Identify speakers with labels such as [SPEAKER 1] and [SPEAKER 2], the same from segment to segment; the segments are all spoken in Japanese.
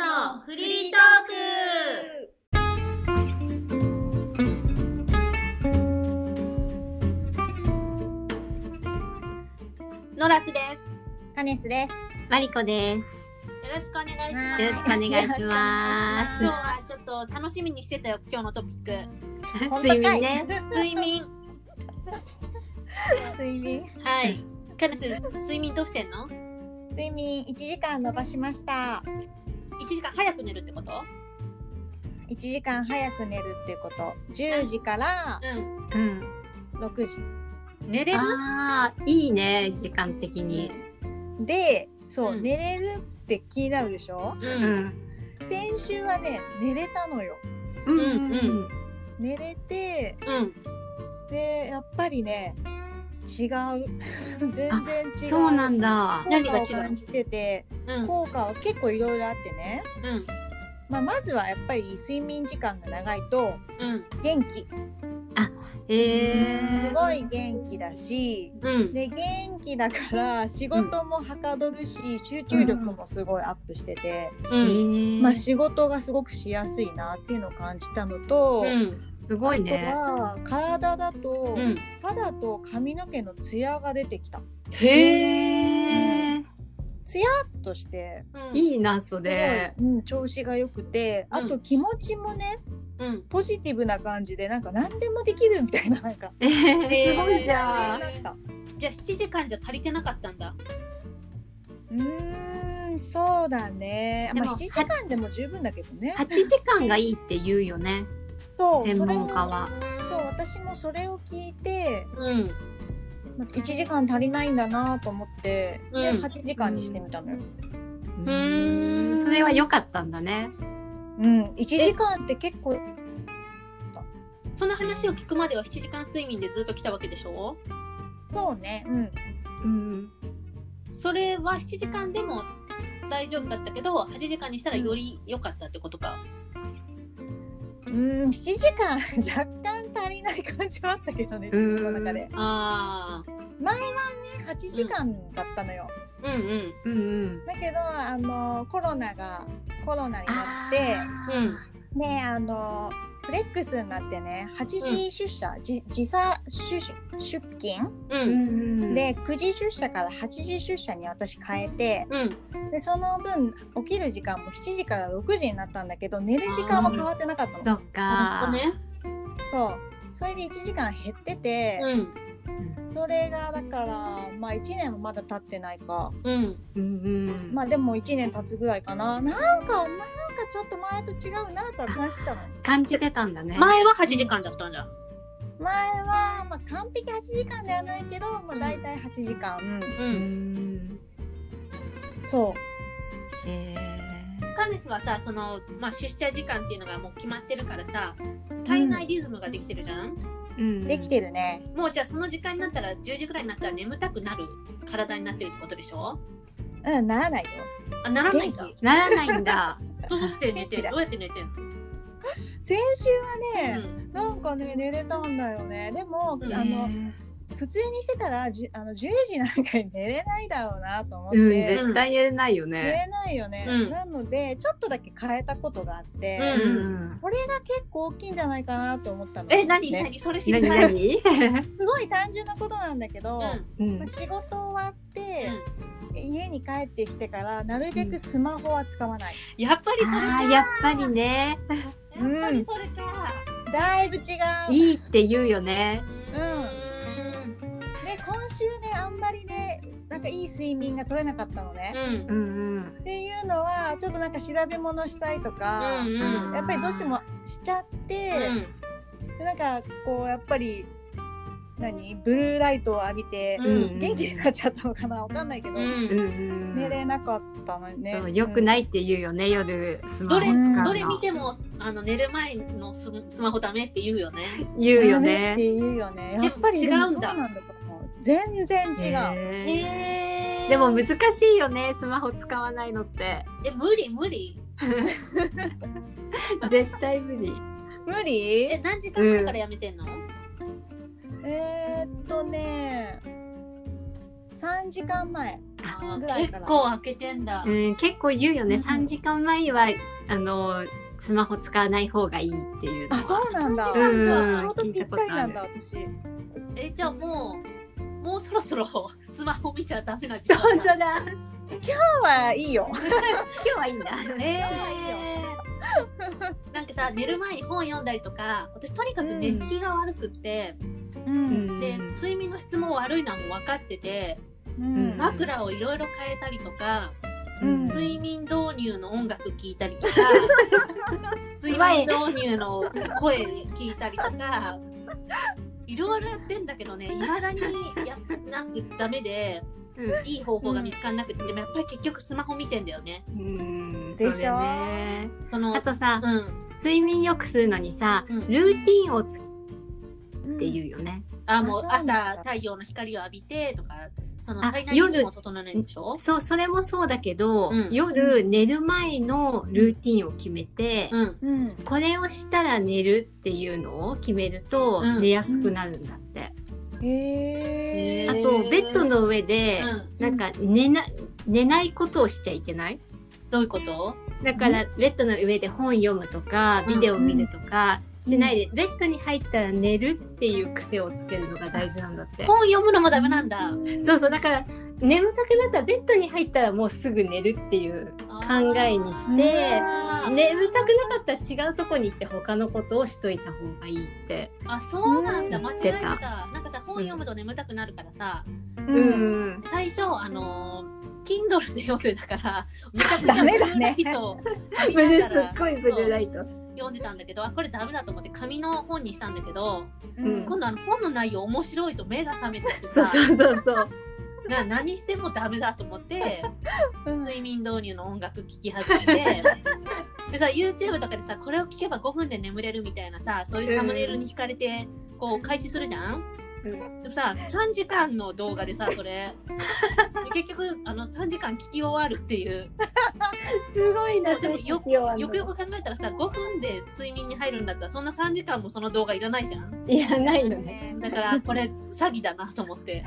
[SPEAKER 1] のフリートークノラスです。
[SPEAKER 2] カネスです。
[SPEAKER 3] マリコです。
[SPEAKER 1] よろしくお願いしま
[SPEAKER 2] は
[SPEAKER 1] す。
[SPEAKER 2] い
[SPEAKER 3] よろしくお願い し
[SPEAKER 1] 今
[SPEAKER 3] ま
[SPEAKER 1] 日はちょっと楽しみにしてたよ、今日のトピック。
[SPEAKER 3] す。睡眠ね。。
[SPEAKER 1] 睡 眠。
[SPEAKER 2] 睡眠。
[SPEAKER 1] はい。カネス、睡眠どうしてんの
[SPEAKER 2] 睡眠一時間伸ばしました。
[SPEAKER 1] ?1 時間早く寝るってこと
[SPEAKER 2] 一時間早く寝るっていうこと。十時から
[SPEAKER 1] うん。
[SPEAKER 3] うん。
[SPEAKER 2] 六時。
[SPEAKER 1] 寝れる
[SPEAKER 3] ああ、いいね、時間的に。
[SPEAKER 2] で、そう、
[SPEAKER 1] うん
[SPEAKER 2] 寝れるって気になるでしょ。
[SPEAKER 1] う。
[SPEAKER 3] うんん。
[SPEAKER 2] 先週はね寝れたのよ。
[SPEAKER 3] うん
[SPEAKER 1] うんうん
[SPEAKER 2] 寝れて
[SPEAKER 1] うん。
[SPEAKER 2] でやっぱりね違う 全然違う。
[SPEAKER 3] そうなんだ。
[SPEAKER 2] 効
[SPEAKER 1] 何が違
[SPEAKER 2] 果
[SPEAKER 1] う
[SPEAKER 2] を感じてて
[SPEAKER 1] うん。
[SPEAKER 2] 効果は結構いろいろあってね。
[SPEAKER 1] うん。
[SPEAKER 2] まあ、まずはやっぱり睡眠時間が長いと
[SPEAKER 1] うん。
[SPEAKER 2] 元気す
[SPEAKER 3] ええ
[SPEAKER 2] ごい元気だし
[SPEAKER 1] うん。
[SPEAKER 2] で元気だから仕事もはかどるし、集中力もすごいアップしてて、
[SPEAKER 1] うん。
[SPEAKER 2] まあ、
[SPEAKER 3] す
[SPEAKER 2] 仕事がすごくしやすいなっていうのを感じたのと、
[SPEAKER 1] うん。
[SPEAKER 3] ごい
[SPEAKER 2] あと
[SPEAKER 3] ね。
[SPEAKER 2] は体だと、
[SPEAKER 1] うん。
[SPEAKER 2] 肌と髪の毛のツヤが出てきた
[SPEAKER 1] へえ。
[SPEAKER 2] ツヤっとして
[SPEAKER 1] い。
[SPEAKER 3] いいな、そ
[SPEAKER 2] すごい
[SPEAKER 3] れ。
[SPEAKER 2] うん、調子が良くてあ
[SPEAKER 1] う
[SPEAKER 2] と
[SPEAKER 1] ん
[SPEAKER 2] 気持ちもね
[SPEAKER 1] うん。
[SPEAKER 2] ポジティブな感じでなんか何でもできるみたいななんか
[SPEAKER 3] えー
[SPEAKER 1] へー
[SPEAKER 3] すごいじゃ
[SPEAKER 2] 感
[SPEAKER 3] ん。
[SPEAKER 2] じになった。
[SPEAKER 1] じゃあ7時間じゃ足りてなかったんだ。
[SPEAKER 2] うーんそうだね、ま
[SPEAKER 3] で
[SPEAKER 2] あ、7
[SPEAKER 3] も
[SPEAKER 2] 時間でも十分だけどね。
[SPEAKER 3] 八時間がいいって言うよね。
[SPEAKER 2] そう
[SPEAKER 3] 専
[SPEAKER 2] それ
[SPEAKER 3] 門
[SPEAKER 2] も
[SPEAKER 3] 家は。
[SPEAKER 2] そう私もそれを聞いて
[SPEAKER 1] うん。
[SPEAKER 2] ま1時間足りないんだなと思って、で
[SPEAKER 1] うん
[SPEAKER 2] 8時間にしてみたのよ。
[SPEAKER 3] うーん、それは良かったんだね。
[SPEAKER 2] うん、1時間って結構
[SPEAKER 1] その話を聞くまでは7時間睡眠でずっと来たわけでしょ
[SPEAKER 2] そうね、うん、
[SPEAKER 3] うん。
[SPEAKER 1] それは7時間でも大丈夫だったけど8時間にしたらより良かったってことか。
[SPEAKER 2] うん、7時間 若干足りない感じはあったけどね
[SPEAKER 3] う
[SPEAKER 2] 自
[SPEAKER 3] ん
[SPEAKER 2] 分の中で
[SPEAKER 1] ああ。
[SPEAKER 2] 8時間だったのよ。
[SPEAKER 1] うんうん。
[SPEAKER 3] うんうん。
[SPEAKER 2] だけどあのコロナがコロナになって
[SPEAKER 3] あ
[SPEAKER 1] う
[SPEAKER 3] ー
[SPEAKER 1] ん。
[SPEAKER 2] ねあのフレックスになってね8時出社、じ時差出出勤、
[SPEAKER 1] う。
[SPEAKER 3] うんんうん。
[SPEAKER 2] で9時出社から8時出社に私変えて。
[SPEAKER 1] うん。
[SPEAKER 2] でその分起きる時間も7時から6時になったんだけど寝る時間は変わってなかったの
[SPEAKER 3] そっ
[SPEAKER 1] なる
[SPEAKER 3] か
[SPEAKER 1] ほど。ね。
[SPEAKER 2] そうそれで1時間減ってて、
[SPEAKER 1] うん。
[SPEAKER 2] それがだからまあ1年もまだ経ってないか
[SPEAKER 1] うん。
[SPEAKER 3] うんうん。
[SPEAKER 2] まあでも1年経つぐらいかななんかなんかちょっと前と違うなとは感じてたの
[SPEAKER 3] 感じてたんだね。
[SPEAKER 1] 前は8時間だったんだ。
[SPEAKER 2] 前は、まあ、完璧8時間ではないけど、まあ、大体8時間、
[SPEAKER 1] う。
[SPEAKER 3] うんん。
[SPEAKER 2] そう
[SPEAKER 3] え
[SPEAKER 1] カネスはさその、まあ、出社時間っていうのがもう決まってるからさ体内リズムができてるじゃん、
[SPEAKER 3] ーうん
[SPEAKER 2] できてるね、
[SPEAKER 1] もうじゃあその時間になったら10時ぐらいになったら眠たくなる体になってるってことでしょ
[SPEAKER 2] うん、ならないよ
[SPEAKER 1] あならないんだ
[SPEAKER 2] 元
[SPEAKER 3] ならないんだ。
[SPEAKER 1] どうして寝て
[SPEAKER 2] 元気
[SPEAKER 1] る
[SPEAKER 2] だ
[SPEAKER 1] どうやって寝てんの、
[SPEAKER 2] 先週はね、
[SPEAKER 1] うん
[SPEAKER 2] なんかね寝れたんだよねでも、
[SPEAKER 1] うん
[SPEAKER 2] あの普通にしてたらじゅあの10時なんかに寝れないだろうなと思って、
[SPEAKER 3] うん、
[SPEAKER 2] 寝
[SPEAKER 3] 絶対寝れないよね。
[SPEAKER 2] れないよね、
[SPEAKER 1] うん
[SPEAKER 2] なのでちょっとだけ変えたことがあって、
[SPEAKER 1] う
[SPEAKER 3] うんん。
[SPEAKER 2] これが結構大きいんじゃないかなと思ったの、
[SPEAKER 1] え何
[SPEAKER 2] ね
[SPEAKER 1] 何それ知り
[SPEAKER 3] 何
[SPEAKER 1] たい、
[SPEAKER 3] 何？
[SPEAKER 2] すごい単純なことなんだけど、
[SPEAKER 1] うん
[SPEAKER 3] うん
[SPEAKER 2] まあ、。仕事終わって、家に帰ってきてからなるべくスマホは使わない、
[SPEAKER 1] やっぱりそれ
[SPEAKER 3] ああ
[SPEAKER 1] か
[SPEAKER 3] やっぱりね、
[SPEAKER 2] うん
[SPEAKER 1] やっぱりそれか
[SPEAKER 2] だいぶ違うで
[SPEAKER 3] いいって言うよね。
[SPEAKER 1] う
[SPEAKER 2] 今週ねあんまりねなんかいい睡眠が取れなかったのね、
[SPEAKER 1] んうん
[SPEAKER 3] うん
[SPEAKER 2] っていうのはちょっとなんか調べ物したいとか、
[SPEAKER 1] うんう
[SPEAKER 3] うん
[SPEAKER 1] ん
[SPEAKER 2] やっぱりどうしてもしちゃって、でなんかこうやっぱり何ブルーライトを浴びて
[SPEAKER 3] うん。うん
[SPEAKER 2] 元気になっちゃったのかなわかんないけど、
[SPEAKER 1] うん
[SPEAKER 3] うんうん。
[SPEAKER 2] 寝れなかったのね。
[SPEAKER 3] そう良くないって言うよね夜スマ
[SPEAKER 1] ど
[SPEAKER 3] ホ
[SPEAKER 1] れ
[SPEAKER 3] 使うの。
[SPEAKER 1] どれ見てもあの寝る前のススマホダメって言うよね
[SPEAKER 3] 言うよ
[SPEAKER 2] ダメって
[SPEAKER 3] ね。
[SPEAKER 2] 言うよね。
[SPEAKER 1] も
[SPEAKER 2] やっぱり
[SPEAKER 1] 違うんだ
[SPEAKER 2] でもそうなんだと思う。全然違う。
[SPEAKER 3] へー
[SPEAKER 1] へー
[SPEAKER 3] でも難しいよねスマホ使わないのって。
[SPEAKER 1] え無理無理
[SPEAKER 3] 絶対無理。
[SPEAKER 2] 無理？
[SPEAKER 1] え
[SPEAKER 2] え
[SPEAKER 1] 何時間前からやめてんの、
[SPEAKER 2] ーっとね、三時間前。
[SPEAKER 1] ああ
[SPEAKER 2] ぐらい
[SPEAKER 1] 結
[SPEAKER 2] から
[SPEAKER 1] 構開けてんだ。
[SPEAKER 3] うん、結構言うよね、
[SPEAKER 2] うん
[SPEAKER 3] 3時間前はあのスマホ使わない方がいいっていうのは
[SPEAKER 2] あそうなんだ。
[SPEAKER 3] うん
[SPEAKER 2] じゃあちょうどぴったりなんだ私。
[SPEAKER 1] えじゃあもうもうそろそろスマホ見ちゃダメな時
[SPEAKER 3] 本
[SPEAKER 1] 間
[SPEAKER 3] 当
[SPEAKER 1] だ。
[SPEAKER 3] だ
[SPEAKER 2] 今日はいいよ。
[SPEAKER 3] 今日はいいんだ
[SPEAKER 1] え
[SPEAKER 2] い
[SPEAKER 1] ー、 なんかさ寝る前に本読んだりとか私とにかく寝つきが悪くって、
[SPEAKER 2] う。
[SPEAKER 3] うんん
[SPEAKER 1] で睡眠の質も悪いのはもう分かってて
[SPEAKER 2] うん
[SPEAKER 3] ま
[SPEAKER 1] 枕をいろいろ変えたりとか
[SPEAKER 2] うん
[SPEAKER 1] 睡眠導入の音楽聞いたりとか睡眠導入の声聞いたりとかいろいろやってんだけどねいまだにやんなくダメで
[SPEAKER 3] う
[SPEAKER 1] いい方法が見つからなくて、でもやっぱり結局スマホ見てんだよね。
[SPEAKER 3] んうん、
[SPEAKER 2] でしょ
[SPEAKER 3] そうだよね
[SPEAKER 1] その
[SPEAKER 3] あとさ、
[SPEAKER 1] うん、
[SPEAKER 3] 睡眠よくするのにさ、
[SPEAKER 1] うん
[SPEAKER 3] ルーティンをつっていうよね、
[SPEAKER 1] あもう
[SPEAKER 2] あそうな
[SPEAKER 1] 朝
[SPEAKER 2] んだ
[SPEAKER 1] 太陽の光を浴びてとかその
[SPEAKER 3] あ
[SPEAKER 1] 体内リズムを整えないんでしょ、
[SPEAKER 3] そうそれもそうだけど、
[SPEAKER 1] うん
[SPEAKER 3] 夜寝る前のルーティンを決めて、
[SPEAKER 1] うん、
[SPEAKER 2] うん。
[SPEAKER 3] これをしたら寝るっていうのを決めると
[SPEAKER 1] うん
[SPEAKER 3] 寝やすくなるんだって、
[SPEAKER 2] へ
[SPEAKER 1] へ
[SPEAKER 2] え。
[SPEAKER 1] ー
[SPEAKER 3] あとベッドの上で、
[SPEAKER 1] うん、
[SPEAKER 3] なんか寝な寝ないことをしちゃいけない
[SPEAKER 1] どういうこと
[SPEAKER 3] だからベッドの上で本読むとか
[SPEAKER 1] うん
[SPEAKER 3] ビデオ見るとかしないで、ベッドに入ったら寝るっていう癖をつけるのが大事なんだって、
[SPEAKER 1] 本読むのもダメなんだ
[SPEAKER 3] そうそうだから眠たくなったらベッドに入ったらもうすぐ寝るっていう考えにして
[SPEAKER 1] あー
[SPEAKER 3] 眠たくなかったら違うとこに行って他のことをしといた方がいいって。
[SPEAKER 1] あそうなんだ
[SPEAKER 3] うん
[SPEAKER 1] 間違えてた
[SPEAKER 3] 言って
[SPEAKER 1] なんかさ本読むと眠たくなるからさ、
[SPEAKER 2] う。
[SPEAKER 3] うんん、
[SPEAKER 1] 最初あのー Kindle で読んでた から
[SPEAKER 2] ダメだね
[SPEAKER 1] 見たくなる
[SPEAKER 3] ブル
[SPEAKER 1] ライ
[SPEAKER 3] ー
[SPEAKER 1] ト
[SPEAKER 3] すっごいブルーライト。
[SPEAKER 1] 読んでたんだけどあこれダメだと思って紙の本にしたんだけど、
[SPEAKER 2] うん
[SPEAKER 1] 今度あの本の内容面白いと目が覚めてきて
[SPEAKER 3] そう
[SPEAKER 1] さ
[SPEAKER 3] そうそうそう。
[SPEAKER 1] な何してもダメだと思って
[SPEAKER 2] うん
[SPEAKER 1] 睡眠導入の音楽聴き始めて でさ YouTube とかでさこれを聴けば5分で眠れるみたいなさそういうサムネイルに惹かれてこう開始するじゃん、
[SPEAKER 3] うん
[SPEAKER 1] でもさ3時間の動画でさそれで結局あの3時間聴き終わるっていう
[SPEAKER 3] すごいな。
[SPEAKER 1] でもよ
[SPEAKER 3] それ聞き終わんの
[SPEAKER 1] よくよく考えたらさ5分で睡眠に入るんだったらそんな3時間もその動画いらないじゃん
[SPEAKER 3] いやないよね。
[SPEAKER 1] だからこれ詐欺だなと思って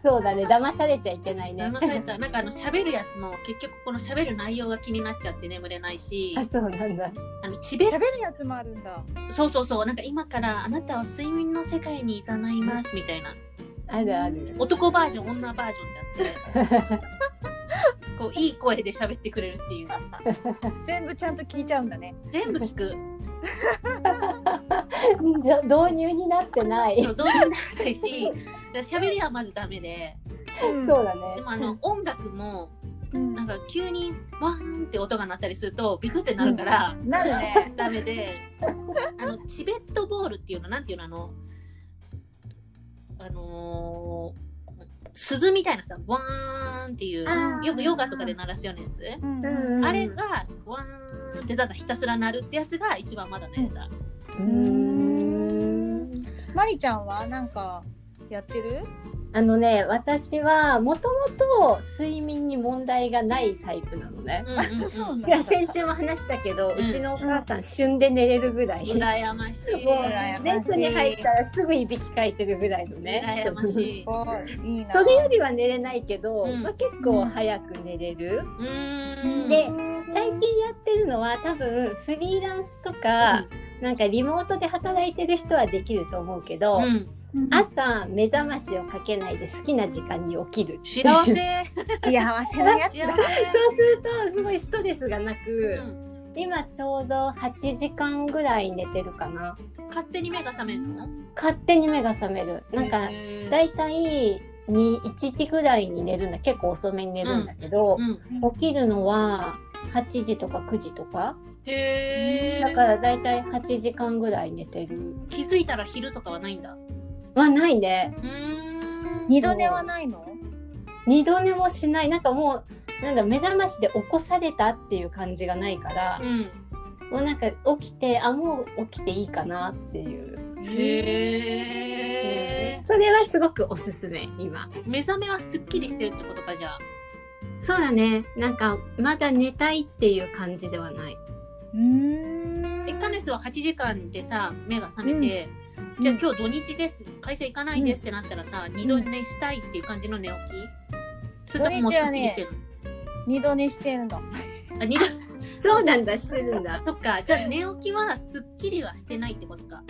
[SPEAKER 3] そうだね。騙されちゃいけないね。
[SPEAKER 1] 騙されたなんかあの喋るやつも結局この喋る内容が気になっちゃって眠れないし
[SPEAKER 3] あそうなんだ。
[SPEAKER 1] あのチベ
[SPEAKER 2] 食べるやつもあるんだ。
[SPEAKER 1] そうそうそうなんか今からあなたを睡眠の世界にいざないますみたいな
[SPEAKER 3] あるある。
[SPEAKER 1] 男バージョン女バージョンであってこういい声で喋ってくれるっていう
[SPEAKER 2] 全部ちゃんと聞いちゃうんだね。
[SPEAKER 1] 全部聞く
[SPEAKER 3] 導入になってない。
[SPEAKER 1] そうどうにもならないしだから喋りはまずダメで
[SPEAKER 2] うん
[SPEAKER 3] そうだ
[SPEAKER 1] で
[SPEAKER 3] ね。
[SPEAKER 1] もあの音楽も
[SPEAKER 2] うん
[SPEAKER 1] なんか急にワーンって音が鳴ったりするとビクってなるから、
[SPEAKER 2] なるね。
[SPEAKER 1] ダメであのチベットボールっていうのなんていうのあのあのー鈴みたいなさワーンっていう
[SPEAKER 3] あー
[SPEAKER 1] よくヨガとかで鳴らすようなやつ、
[SPEAKER 2] うん
[SPEAKER 3] うん
[SPEAKER 1] あれがワーンってただひたすら鳴るってやつが一番まだねだ、
[SPEAKER 3] うーん。
[SPEAKER 2] マリちゃんはなんかやってる？
[SPEAKER 3] あのね、私はもともと睡眠に問題がないタイプなのね。
[SPEAKER 1] うんうんうん、
[SPEAKER 2] なん
[SPEAKER 3] いや先週も話したけど、
[SPEAKER 1] う
[SPEAKER 3] うんちのお母さん旬で寝れるぐらい。
[SPEAKER 1] 羨ましい
[SPEAKER 3] も
[SPEAKER 2] 羨
[SPEAKER 3] う
[SPEAKER 2] ましい
[SPEAKER 3] ベッドに入ったらすぐいびきかいてるぐらいのね
[SPEAKER 1] 羨ましい
[SPEAKER 2] すごいいいな。
[SPEAKER 3] それよりは寝れないけど、
[SPEAKER 1] うん
[SPEAKER 3] まあ、結構早く寝れる、
[SPEAKER 1] うーん
[SPEAKER 3] で最近やってるのは多分フリーランスとか、なんかリモートで働いてる人はできると思うけど、
[SPEAKER 1] うん、
[SPEAKER 3] 朝目覚ましをかけないで好きな時間に起きる っていう
[SPEAKER 1] 幸
[SPEAKER 3] そう
[SPEAKER 1] せ
[SPEAKER 2] 幸せなやつ
[SPEAKER 1] 幸
[SPEAKER 2] だ。
[SPEAKER 3] するとすごいストレスがな
[SPEAKER 1] せ、
[SPEAKER 3] く、
[SPEAKER 1] うん、
[SPEAKER 3] 今ちょうど8時間ぐらい寝てるかな
[SPEAKER 1] 勝手に目が覚めるの
[SPEAKER 3] 勝手に目が覚めるなんか
[SPEAKER 1] へー
[SPEAKER 3] だいたいに1時ぐらいに寝るんだ結構遅めに寝るんだけど、
[SPEAKER 1] うん
[SPEAKER 3] 起きるのは8時とか9時とか
[SPEAKER 1] へ
[SPEAKER 3] だ
[SPEAKER 1] え
[SPEAKER 3] からだいたい8時間ぐらい寝てる
[SPEAKER 1] 気づいたら昼とかはないんだ
[SPEAKER 3] はないね
[SPEAKER 1] うーん
[SPEAKER 2] 二度寝はないの？
[SPEAKER 3] 二度寝もしないなんかもうなんだ目覚ましで起こされたっていう感じがないから
[SPEAKER 1] う、ん
[SPEAKER 3] もうなんか起きてあもう起きていいかなっていう、
[SPEAKER 1] へえ
[SPEAKER 3] それはすごくおすすめ今
[SPEAKER 1] 目覚めはすっきりしてるってことかじゃあ
[SPEAKER 3] そうだねなんかまだ寝たいっていう感じではないう
[SPEAKER 2] ーん
[SPEAKER 1] えカネスは8時間でさ目が覚めて、じゃあ今日土日です会社行かないですってなったらさ、二度寝したいっていう感じの寝起きそれとももうすっきりしてる
[SPEAKER 2] 二度寝してるの。
[SPEAKER 1] あ二度
[SPEAKER 3] そうなんだ、してるん だ。
[SPEAKER 1] そっかじゃあ寝起きはすっきりはしてないってことか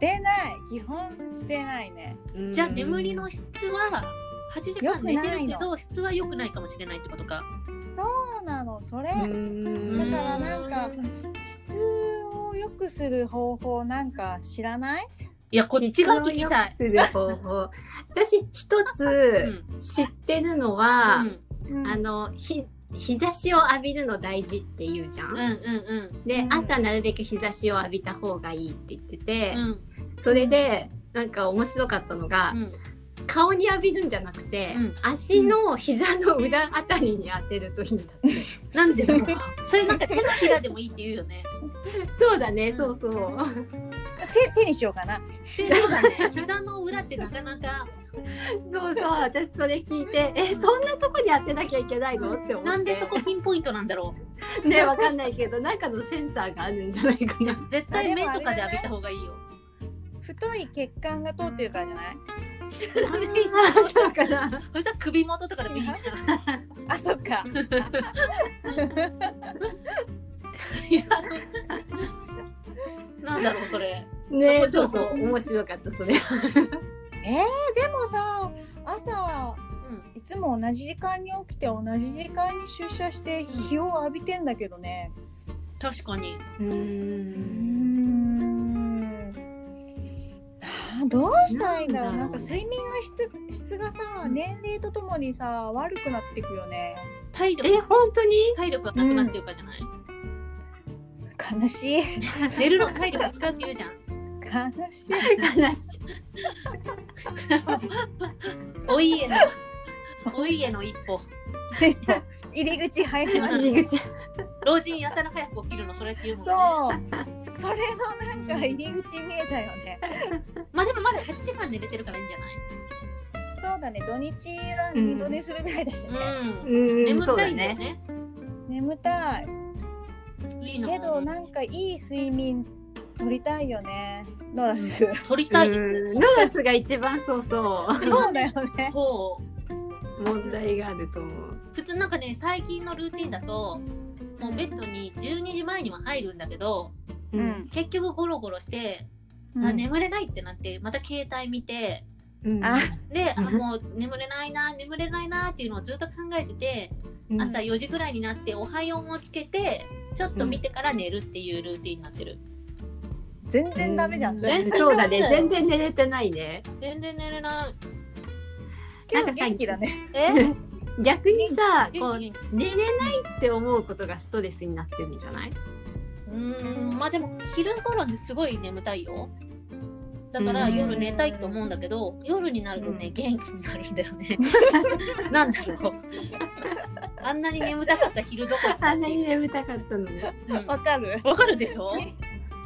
[SPEAKER 2] 出ない基本してないね。
[SPEAKER 1] じゃあ眠りの質は8時間寝てるけど質は良くないかもしれないってことか
[SPEAKER 2] そうなのそれ、
[SPEAKER 3] う
[SPEAKER 2] だ
[SPEAKER 3] ん。
[SPEAKER 2] からなんか
[SPEAKER 1] う
[SPEAKER 2] 質を良くする方法なんか知らない
[SPEAKER 1] いやこっちが聞きたい。
[SPEAKER 3] する方法。私一つ知ってるのは、
[SPEAKER 1] うん
[SPEAKER 2] うん
[SPEAKER 3] あのひ日差しを浴びるの大事って言うじゃん。
[SPEAKER 1] うんうん
[SPEAKER 3] で、
[SPEAKER 2] うん
[SPEAKER 3] 朝なるべく日差しを浴びた方がいいって言ってて、
[SPEAKER 1] うん
[SPEAKER 3] それでなんか面白かったのが、
[SPEAKER 1] うん
[SPEAKER 3] 顔に浴びるんじゃなくて、
[SPEAKER 1] うん
[SPEAKER 3] 足の膝の裏あたりに当てるといいんだって。
[SPEAKER 1] なんでだろうそれなんか手のひらでもいいって言うよね
[SPEAKER 3] そうだね、
[SPEAKER 1] ん
[SPEAKER 3] そうそう。
[SPEAKER 2] 手手にしようかな。
[SPEAKER 1] でそうだね膝の裏ってなかなか
[SPEAKER 3] そうそう、私それ聞いて、え、そんなとこに当てなきゃいけないのって思って。
[SPEAKER 1] なんでそこピンポイントなんだろう
[SPEAKER 3] ね、わかんないけど、なんかのセンサーがあるんじゃないかな。
[SPEAKER 1] 絶対目とかで浴びた方がいいよ
[SPEAKER 2] 太い血管が通ってるからじゃない？
[SPEAKER 1] ダメ
[SPEAKER 3] そうかな。
[SPEAKER 1] そしたら首元とかでもいいじゃん
[SPEAKER 2] あそっ か。
[SPEAKER 1] いやなんだろうそれ
[SPEAKER 3] ね、
[SPEAKER 1] そ
[SPEAKER 3] そうう
[SPEAKER 1] そ
[SPEAKER 3] そうう、面白かった、それ。
[SPEAKER 2] えー、でもさ朝いつも同じ時間に起きて同じ時間に出社して日を浴びてんだけどね。
[SPEAKER 1] 確かに
[SPEAKER 3] う
[SPEAKER 2] うー
[SPEAKER 3] ん。
[SPEAKER 2] ん。あーどうしたらいいんだろう。な
[SPEAKER 3] なんん
[SPEAKER 2] か
[SPEAKER 3] だろうね
[SPEAKER 2] 睡眠の質質がさ
[SPEAKER 1] うん
[SPEAKER 2] 年齢とともにさ悪くなっていくよね。
[SPEAKER 1] 体
[SPEAKER 3] え
[SPEAKER 1] 力、
[SPEAKER 3] 本当に
[SPEAKER 1] 体力がなくなってるからじゃない、
[SPEAKER 2] 悲しい
[SPEAKER 1] 寝るの体力使うって言うじゃん
[SPEAKER 2] 悲しい。
[SPEAKER 3] 悲しい。
[SPEAKER 1] お家のお家の一歩
[SPEAKER 2] でも入り口入りました。
[SPEAKER 3] 入り口。
[SPEAKER 1] 老人やたら早く起きるのそれっていうもんね
[SPEAKER 2] そう。それのなんか入り口見えたよね。
[SPEAKER 1] まあでもまだ8時間寝れてるからいいんじゃな
[SPEAKER 2] そうだね。土日は二度寝するぐらいだしね。
[SPEAKER 1] いうん
[SPEAKER 3] うん
[SPEAKER 1] 眠
[SPEAKER 3] そう
[SPEAKER 1] た
[SPEAKER 3] だ
[SPEAKER 1] いんだよ
[SPEAKER 3] ね。
[SPEAKER 1] ね
[SPEAKER 2] 眠たい。
[SPEAKER 1] いいの
[SPEAKER 2] けどなんかいい睡眠取りたいよね。ノラス。
[SPEAKER 1] 取りたいです
[SPEAKER 3] うんノラスが一番そうそ
[SPEAKER 2] そうだよね。
[SPEAKER 1] そう
[SPEAKER 3] う問題があると思う。
[SPEAKER 1] 普通なんかね最近のルーティンだともうベッドに12時前には入るんだけど
[SPEAKER 2] うん。
[SPEAKER 1] 結局ゴロゴロして、あ眠れないってなってまた携帯見て
[SPEAKER 3] うん
[SPEAKER 2] あ、
[SPEAKER 1] であ
[SPEAKER 3] うん
[SPEAKER 1] もう眠れないな眠れないなっていうのをずっと考えてて、
[SPEAKER 3] うん
[SPEAKER 1] 朝4時ぐらいになっておはようもつけてちょっと見てから寝るっていうルーティンになってる、
[SPEAKER 2] 全然ダメじゃん。それ
[SPEAKER 1] 全然
[SPEAKER 3] そうだね。全然寝れてないね。
[SPEAKER 1] 全然寝れない
[SPEAKER 2] 今日
[SPEAKER 3] なんかさ
[SPEAKER 2] 元気だね。
[SPEAKER 1] え
[SPEAKER 3] 逆にさ、こ
[SPEAKER 1] 元
[SPEAKER 3] う
[SPEAKER 1] 気元
[SPEAKER 3] 寝れないって思うことがストレスになってるんじゃない？
[SPEAKER 1] うーんまあでも昼頃にすごい眠たいよだから
[SPEAKER 3] うん
[SPEAKER 1] 夜寝たいと思うんだけど夜になるとね
[SPEAKER 3] うん
[SPEAKER 1] 元気になるんだよね なんだろうあんなに眠たかった昼どこ行った
[SPEAKER 3] あ
[SPEAKER 1] っ
[SPEAKER 3] んな
[SPEAKER 1] て
[SPEAKER 3] に
[SPEAKER 1] いう
[SPEAKER 3] 眠たかったのに。
[SPEAKER 1] うん
[SPEAKER 2] わ
[SPEAKER 1] わ
[SPEAKER 2] かる。
[SPEAKER 1] かるでしょ
[SPEAKER 2] ね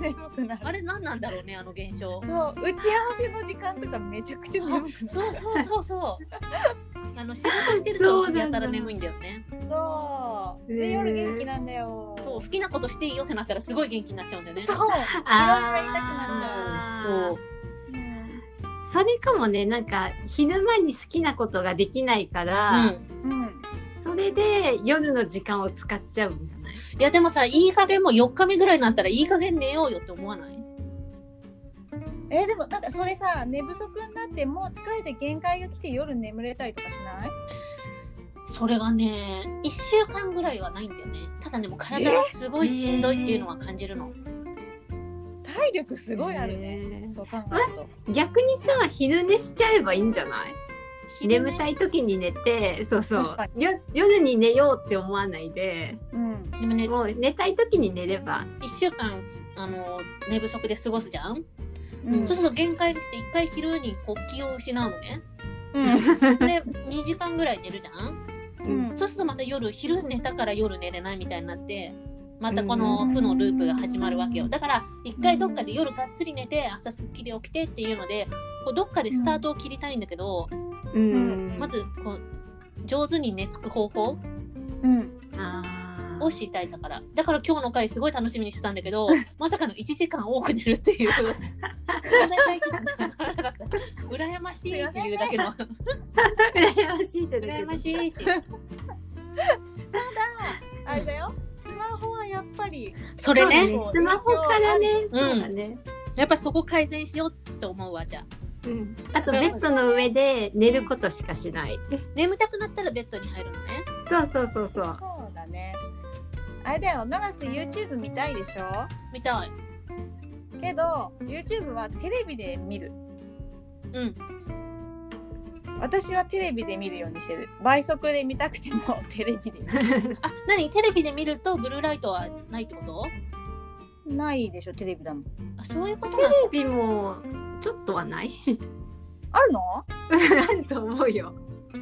[SPEAKER 2] 眠くなる。
[SPEAKER 1] あれ何なんだろうねあの現象
[SPEAKER 2] そう打ち合わせの時間とかめちゃくちゃ眠い。
[SPEAKER 1] そうそうそうそうあの仕事してるとやったら眠いんだよね
[SPEAKER 2] そう。
[SPEAKER 3] ね
[SPEAKER 2] で
[SPEAKER 3] え
[SPEAKER 2] 夜元気なんだよ。
[SPEAKER 1] そう好きなことしていいよってなったらすごい元気になっちゃうんだよね
[SPEAKER 2] そう。
[SPEAKER 3] あ
[SPEAKER 2] いろいろやりたくな
[SPEAKER 3] ー
[SPEAKER 1] そう
[SPEAKER 2] うん
[SPEAKER 3] それかもねなんか昼間に好きなことができないから、
[SPEAKER 1] うん
[SPEAKER 2] うん。
[SPEAKER 3] それで夜の時間を使っちゃうんじゃない
[SPEAKER 1] いやでもさいい加減もう4日目ぐらいになったらいい加減寝ようよって思わない
[SPEAKER 2] えーでもなんかそれさ寝不足になってもう疲れて限界が来て夜眠れたりとかしない
[SPEAKER 1] それがね1週間ぐらいはないんだよねただねもう体がすごいしんどいっていうのは感じるの、
[SPEAKER 2] 体力すごいあるね、
[SPEAKER 3] ね
[SPEAKER 2] そう考えると
[SPEAKER 3] 逆にさ昼寝しちゃえばいいんじゃない
[SPEAKER 1] 昼寝
[SPEAKER 3] 眠たい時に寝てそうそ
[SPEAKER 2] 確
[SPEAKER 3] う
[SPEAKER 2] か
[SPEAKER 3] よ夜に寝ようって思わないで
[SPEAKER 2] うん
[SPEAKER 1] でもね1
[SPEAKER 3] もう寝たい時に寝れば
[SPEAKER 1] 週間あの寝不足で過ごすじゃん、
[SPEAKER 2] うん
[SPEAKER 1] そうすると限界が来て1回昼に呼吸を失うの ね
[SPEAKER 2] うん
[SPEAKER 1] で2時間ぐらい寝るじゃん
[SPEAKER 2] うん
[SPEAKER 1] そうするとまた夜昼寝たから夜寝れないみたいになってまたこの負のループが始まるわけよだから一回どっかで夜がっつり寝て朝すっきり起きてっていうのでこうどっかでスタートを切りたいんだけど、
[SPEAKER 3] うん
[SPEAKER 1] まずこう上手に寝つく方法
[SPEAKER 2] うん
[SPEAKER 3] あー
[SPEAKER 1] を知りたいだからだから今日の回すごい楽しみにしてたんだけ どまさかの1時間多く寝るっていうそんな解決にはならなかった羨ましいっていうだけの
[SPEAKER 3] 羨ましいってだけで
[SPEAKER 1] 羨ましいっていう
[SPEAKER 2] あれだよ、スマホはやっぱり
[SPEAKER 1] それ
[SPEAKER 3] そうだ
[SPEAKER 1] ね
[SPEAKER 3] ねスマホからね、
[SPEAKER 1] うん
[SPEAKER 3] そうだね、
[SPEAKER 1] やっぱそこ改善しようって思うわじゃあ
[SPEAKER 3] うん、あとベッドの上で寝ることしかしない
[SPEAKER 1] 眠たくなったらベッドに入るのね
[SPEAKER 3] そうそうそうそう
[SPEAKER 2] そうだねあれだよノラス YouTube 見たいでしょ
[SPEAKER 1] 見たい
[SPEAKER 2] けど YouTube はテレビで見る
[SPEAKER 1] うん
[SPEAKER 2] 私はテレビで見るようにしてる倍速で見たくても テレビで見
[SPEAKER 1] あ何テレビで見るとブルーライトはないってこと
[SPEAKER 2] るないでしょテレビだもん
[SPEAKER 1] あそういうこと
[SPEAKER 3] テ
[SPEAKER 1] なの
[SPEAKER 3] レビもちょっとはない
[SPEAKER 2] あるの
[SPEAKER 3] あると思うよ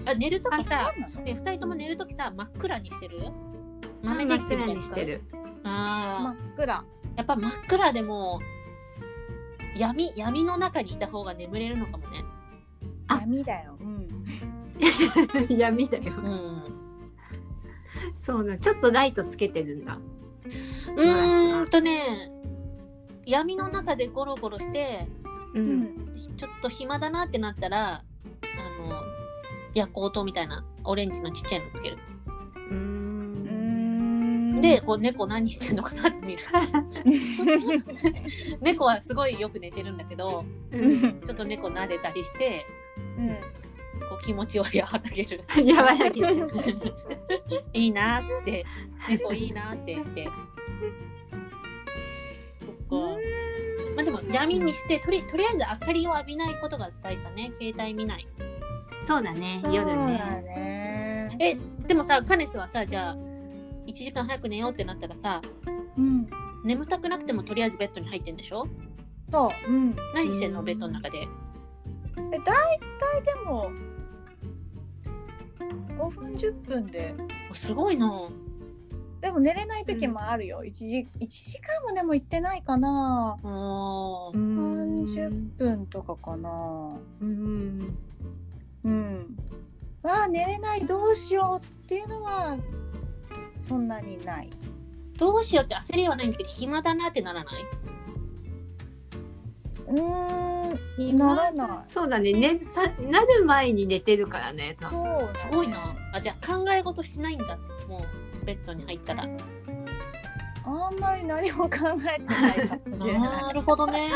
[SPEAKER 1] あ寝るときさ
[SPEAKER 2] そうなの
[SPEAKER 1] で2人とも寝るときさ真っ暗にしてる
[SPEAKER 3] 豆
[SPEAKER 1] 豆電
[SPEAKER 3] 真っ
[SPEAKER 1] 球み
[SPEAKER 3] 暗
[SPEAKER 1] たいな
[SPEAKER 3] にしてる
[SPEAKER 1] あー、
[SPEAKER 2] 真っ暗
[SPEAKER 1] やっぱ真っ暗でも闇闇の中にいた方が眠れるのかもね
[SPEAKER 3] あ
[SPEAKER 2] 闇だよ、うん、
[SPEAKER 3] 闇だよ
[SPEAKER 1] うん
[SPEAKER 3] そうなちょっとライトつけてるんだ
[SPEAKER 1] うーんとね闇の中でゴロゴロして
[SPEAKER 3] う、
[SPEAKER 2] うんん、
[SPEAKER 1] ちょっと暇だなってなったらあの夜光灯みたいなオレンジのちっちゃいのつける
[SPEAKER 2] う
[SPEAKER 3] う
[SPEAKER 2] んん
[SPEAKER 1] でこう猫何してんのかなって見る 猫はすごいよく寝てるんだけど
[SPEAKER 3] うん、
[SPEAKER 1] ちょっと猫撫でたりしてこう気持ちを和ら げる
[SPEAKER 3] やばいだけど
[SPEAKER 1] いいなーっつって猫いいなーって言ってそっかまあでも闇にしてとりとりあえず明かりを浴びないことが大事だね携帯見ない
[SPEAKER 3] そうだね
[SPEAKER 2] 夜
[SPEAKER 3] 夜ね
[SPEAKER 2] ね
[SPEAKER 1] えでもさカネスはさじゃあ1時間早く寝ようってなったらさ
[SPEAKER 2] うん
[SPEAKER 1] 眠たくなくてもとりあえずベッドに入ってんでしょ
[SPEAKER 2] そううん
[SPEAKER 1] 何してんの
[SPEAKER 3] うん
[SPEAKER 1] ベッドの中で
[SPEAKER 2] え大体でも5分10分です
[SPEAKER 1] ごいな
[SPEAKER 2] でも寝れない時もあるよ、一時一時間もでも行ってないかな
[SPEAKER 1] あー
[SPEAKER 2] 30分とかかな
[SPEAKER 3] うん
[SPEAKER 2] うんわあ寝れないどうしようっていうのはそんなにない
[SPEAKER 1] どうしようって焦りはないんだけど暇だなってならないう
[SPEAKER 2] ーんな
[SPEAKER 3] 今
[SPEAKER 2] らない
[SPEAKER 3] そうだねねさなる前に寝てるからね多
[SPEAKER 2] そう
[SPEAKER 3] 分
[SPEAKER 2] だね
[SPEAKER 1] すごいなあじゃあ考え事しないんだもうベッドに入ったら
[SPEAKER 2] あんまり何も考えてないかもしれない
[SPEAKER 1] なるほどね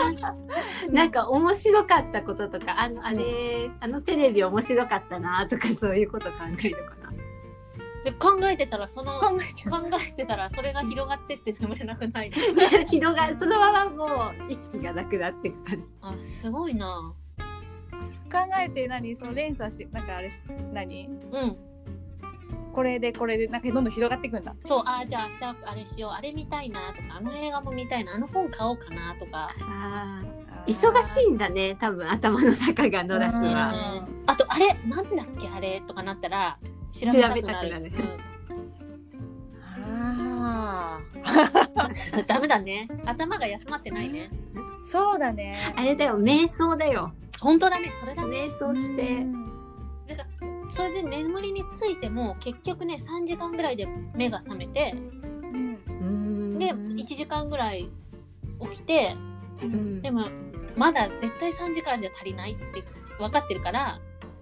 [SPEAKER 3] なんか面白かったこととかあのあれ、あのテレビ面白かったなとかそういうこと考えるかな
[SPEAKER 1] で考えてたらその考
[SPEAKER 2] 考えてない
[SPEAKER 1] えてたらそれが広がってって眠れなくない
[SPEAKER 3] 広がそのままもう意識がなくなっていく感じ
[SPEAKER 1] あすごいな
[SPEAKER 2] 考えて何その連鎖してなんかあれし何
[SPEAKER 1] うん
[SPEAKER 2] これでこれでなんかどんどん広がっていくんだ
[SPEAKER 1] そうあじゃあ明日あれしようあれ見たいなとかあの映画も見たいなあの本買おうかなとか
[SPEAKER 3] あー忙
[SPEAKER 2] 忙
[SPEAKER 3] しいんだね多分頭の中がノラス
[SPEAKER 2] う
[SPEAKER 1] あ
[SPEAKER 2] わ
[SPEAKER 3] は。
[SPEAKER 1] のねあとあれなんだっけあれとかなったら調べたくなる
[SPEAKER 3] 調べたくなる
[SPEAKER 1] うん
[SPEAKER 2] あ
[SPEAKER 1] それ ダメだね頭が休まってないね
[SPEAKER 2] ーそうだね
[SPEAKER 3] あれだよ瞑想だよ
[SPEAKER 1] 本当だねそれだね
[SPEAKER 3] 瞑想して
[SPEAKER 2] うん
[SPEAKER 1] なんかそれで眠りについても結局ね3時間ぐらいで目が覚めて
[SPEAKER 2] うん
[SPEAKER 1] で1時間ぐらい起きて
[SPEAKER 3] うん
[SPEAKER 1] でもまだ絶対3時間じゃ足りないって分かってるから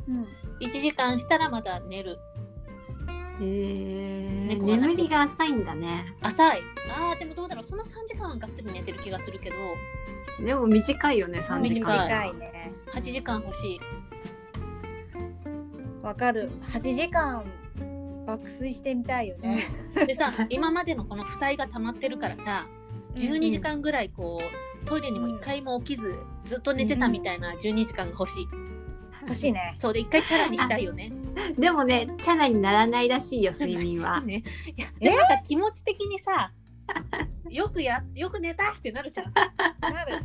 [SPEAKER 2] うん
[SPEAKER 1] 1時間したらまた寝る
[SPEAKER 3] へー
[SPEAKER 1] 猫が
[SPEAKER 3] 眠りが浅いんだね
[SPEAKER 1] 浅いあーでもどうだろうその3時間はがっつり寝てる気がするけど
[SPEAKER 3] でも短いよね3時間
[SPEAKER 2] 短いね
[SPEAKER 1] 8時間欲しい
[SPEAKER 2] わかる8時間爆睡してみたいよね
[SPEAKER 1] で さ今までのこの負債が溜まってるからさ12時間ぐらいこうトイレにも1回も起きずずっと寝てたみたいな12時間が欲しい
[SPEAKER 2] 欲しいね
[SPEAKER 1] そうで1回チャラにしたいよ ね
[SPEAKER 3] でもねチャラにならないらしいよ睡眠は
[SPEAKER 1] ね いやでもなんか気持ち的にさよくやよく寝たって なるじゃん
[SPEAKER 2] なる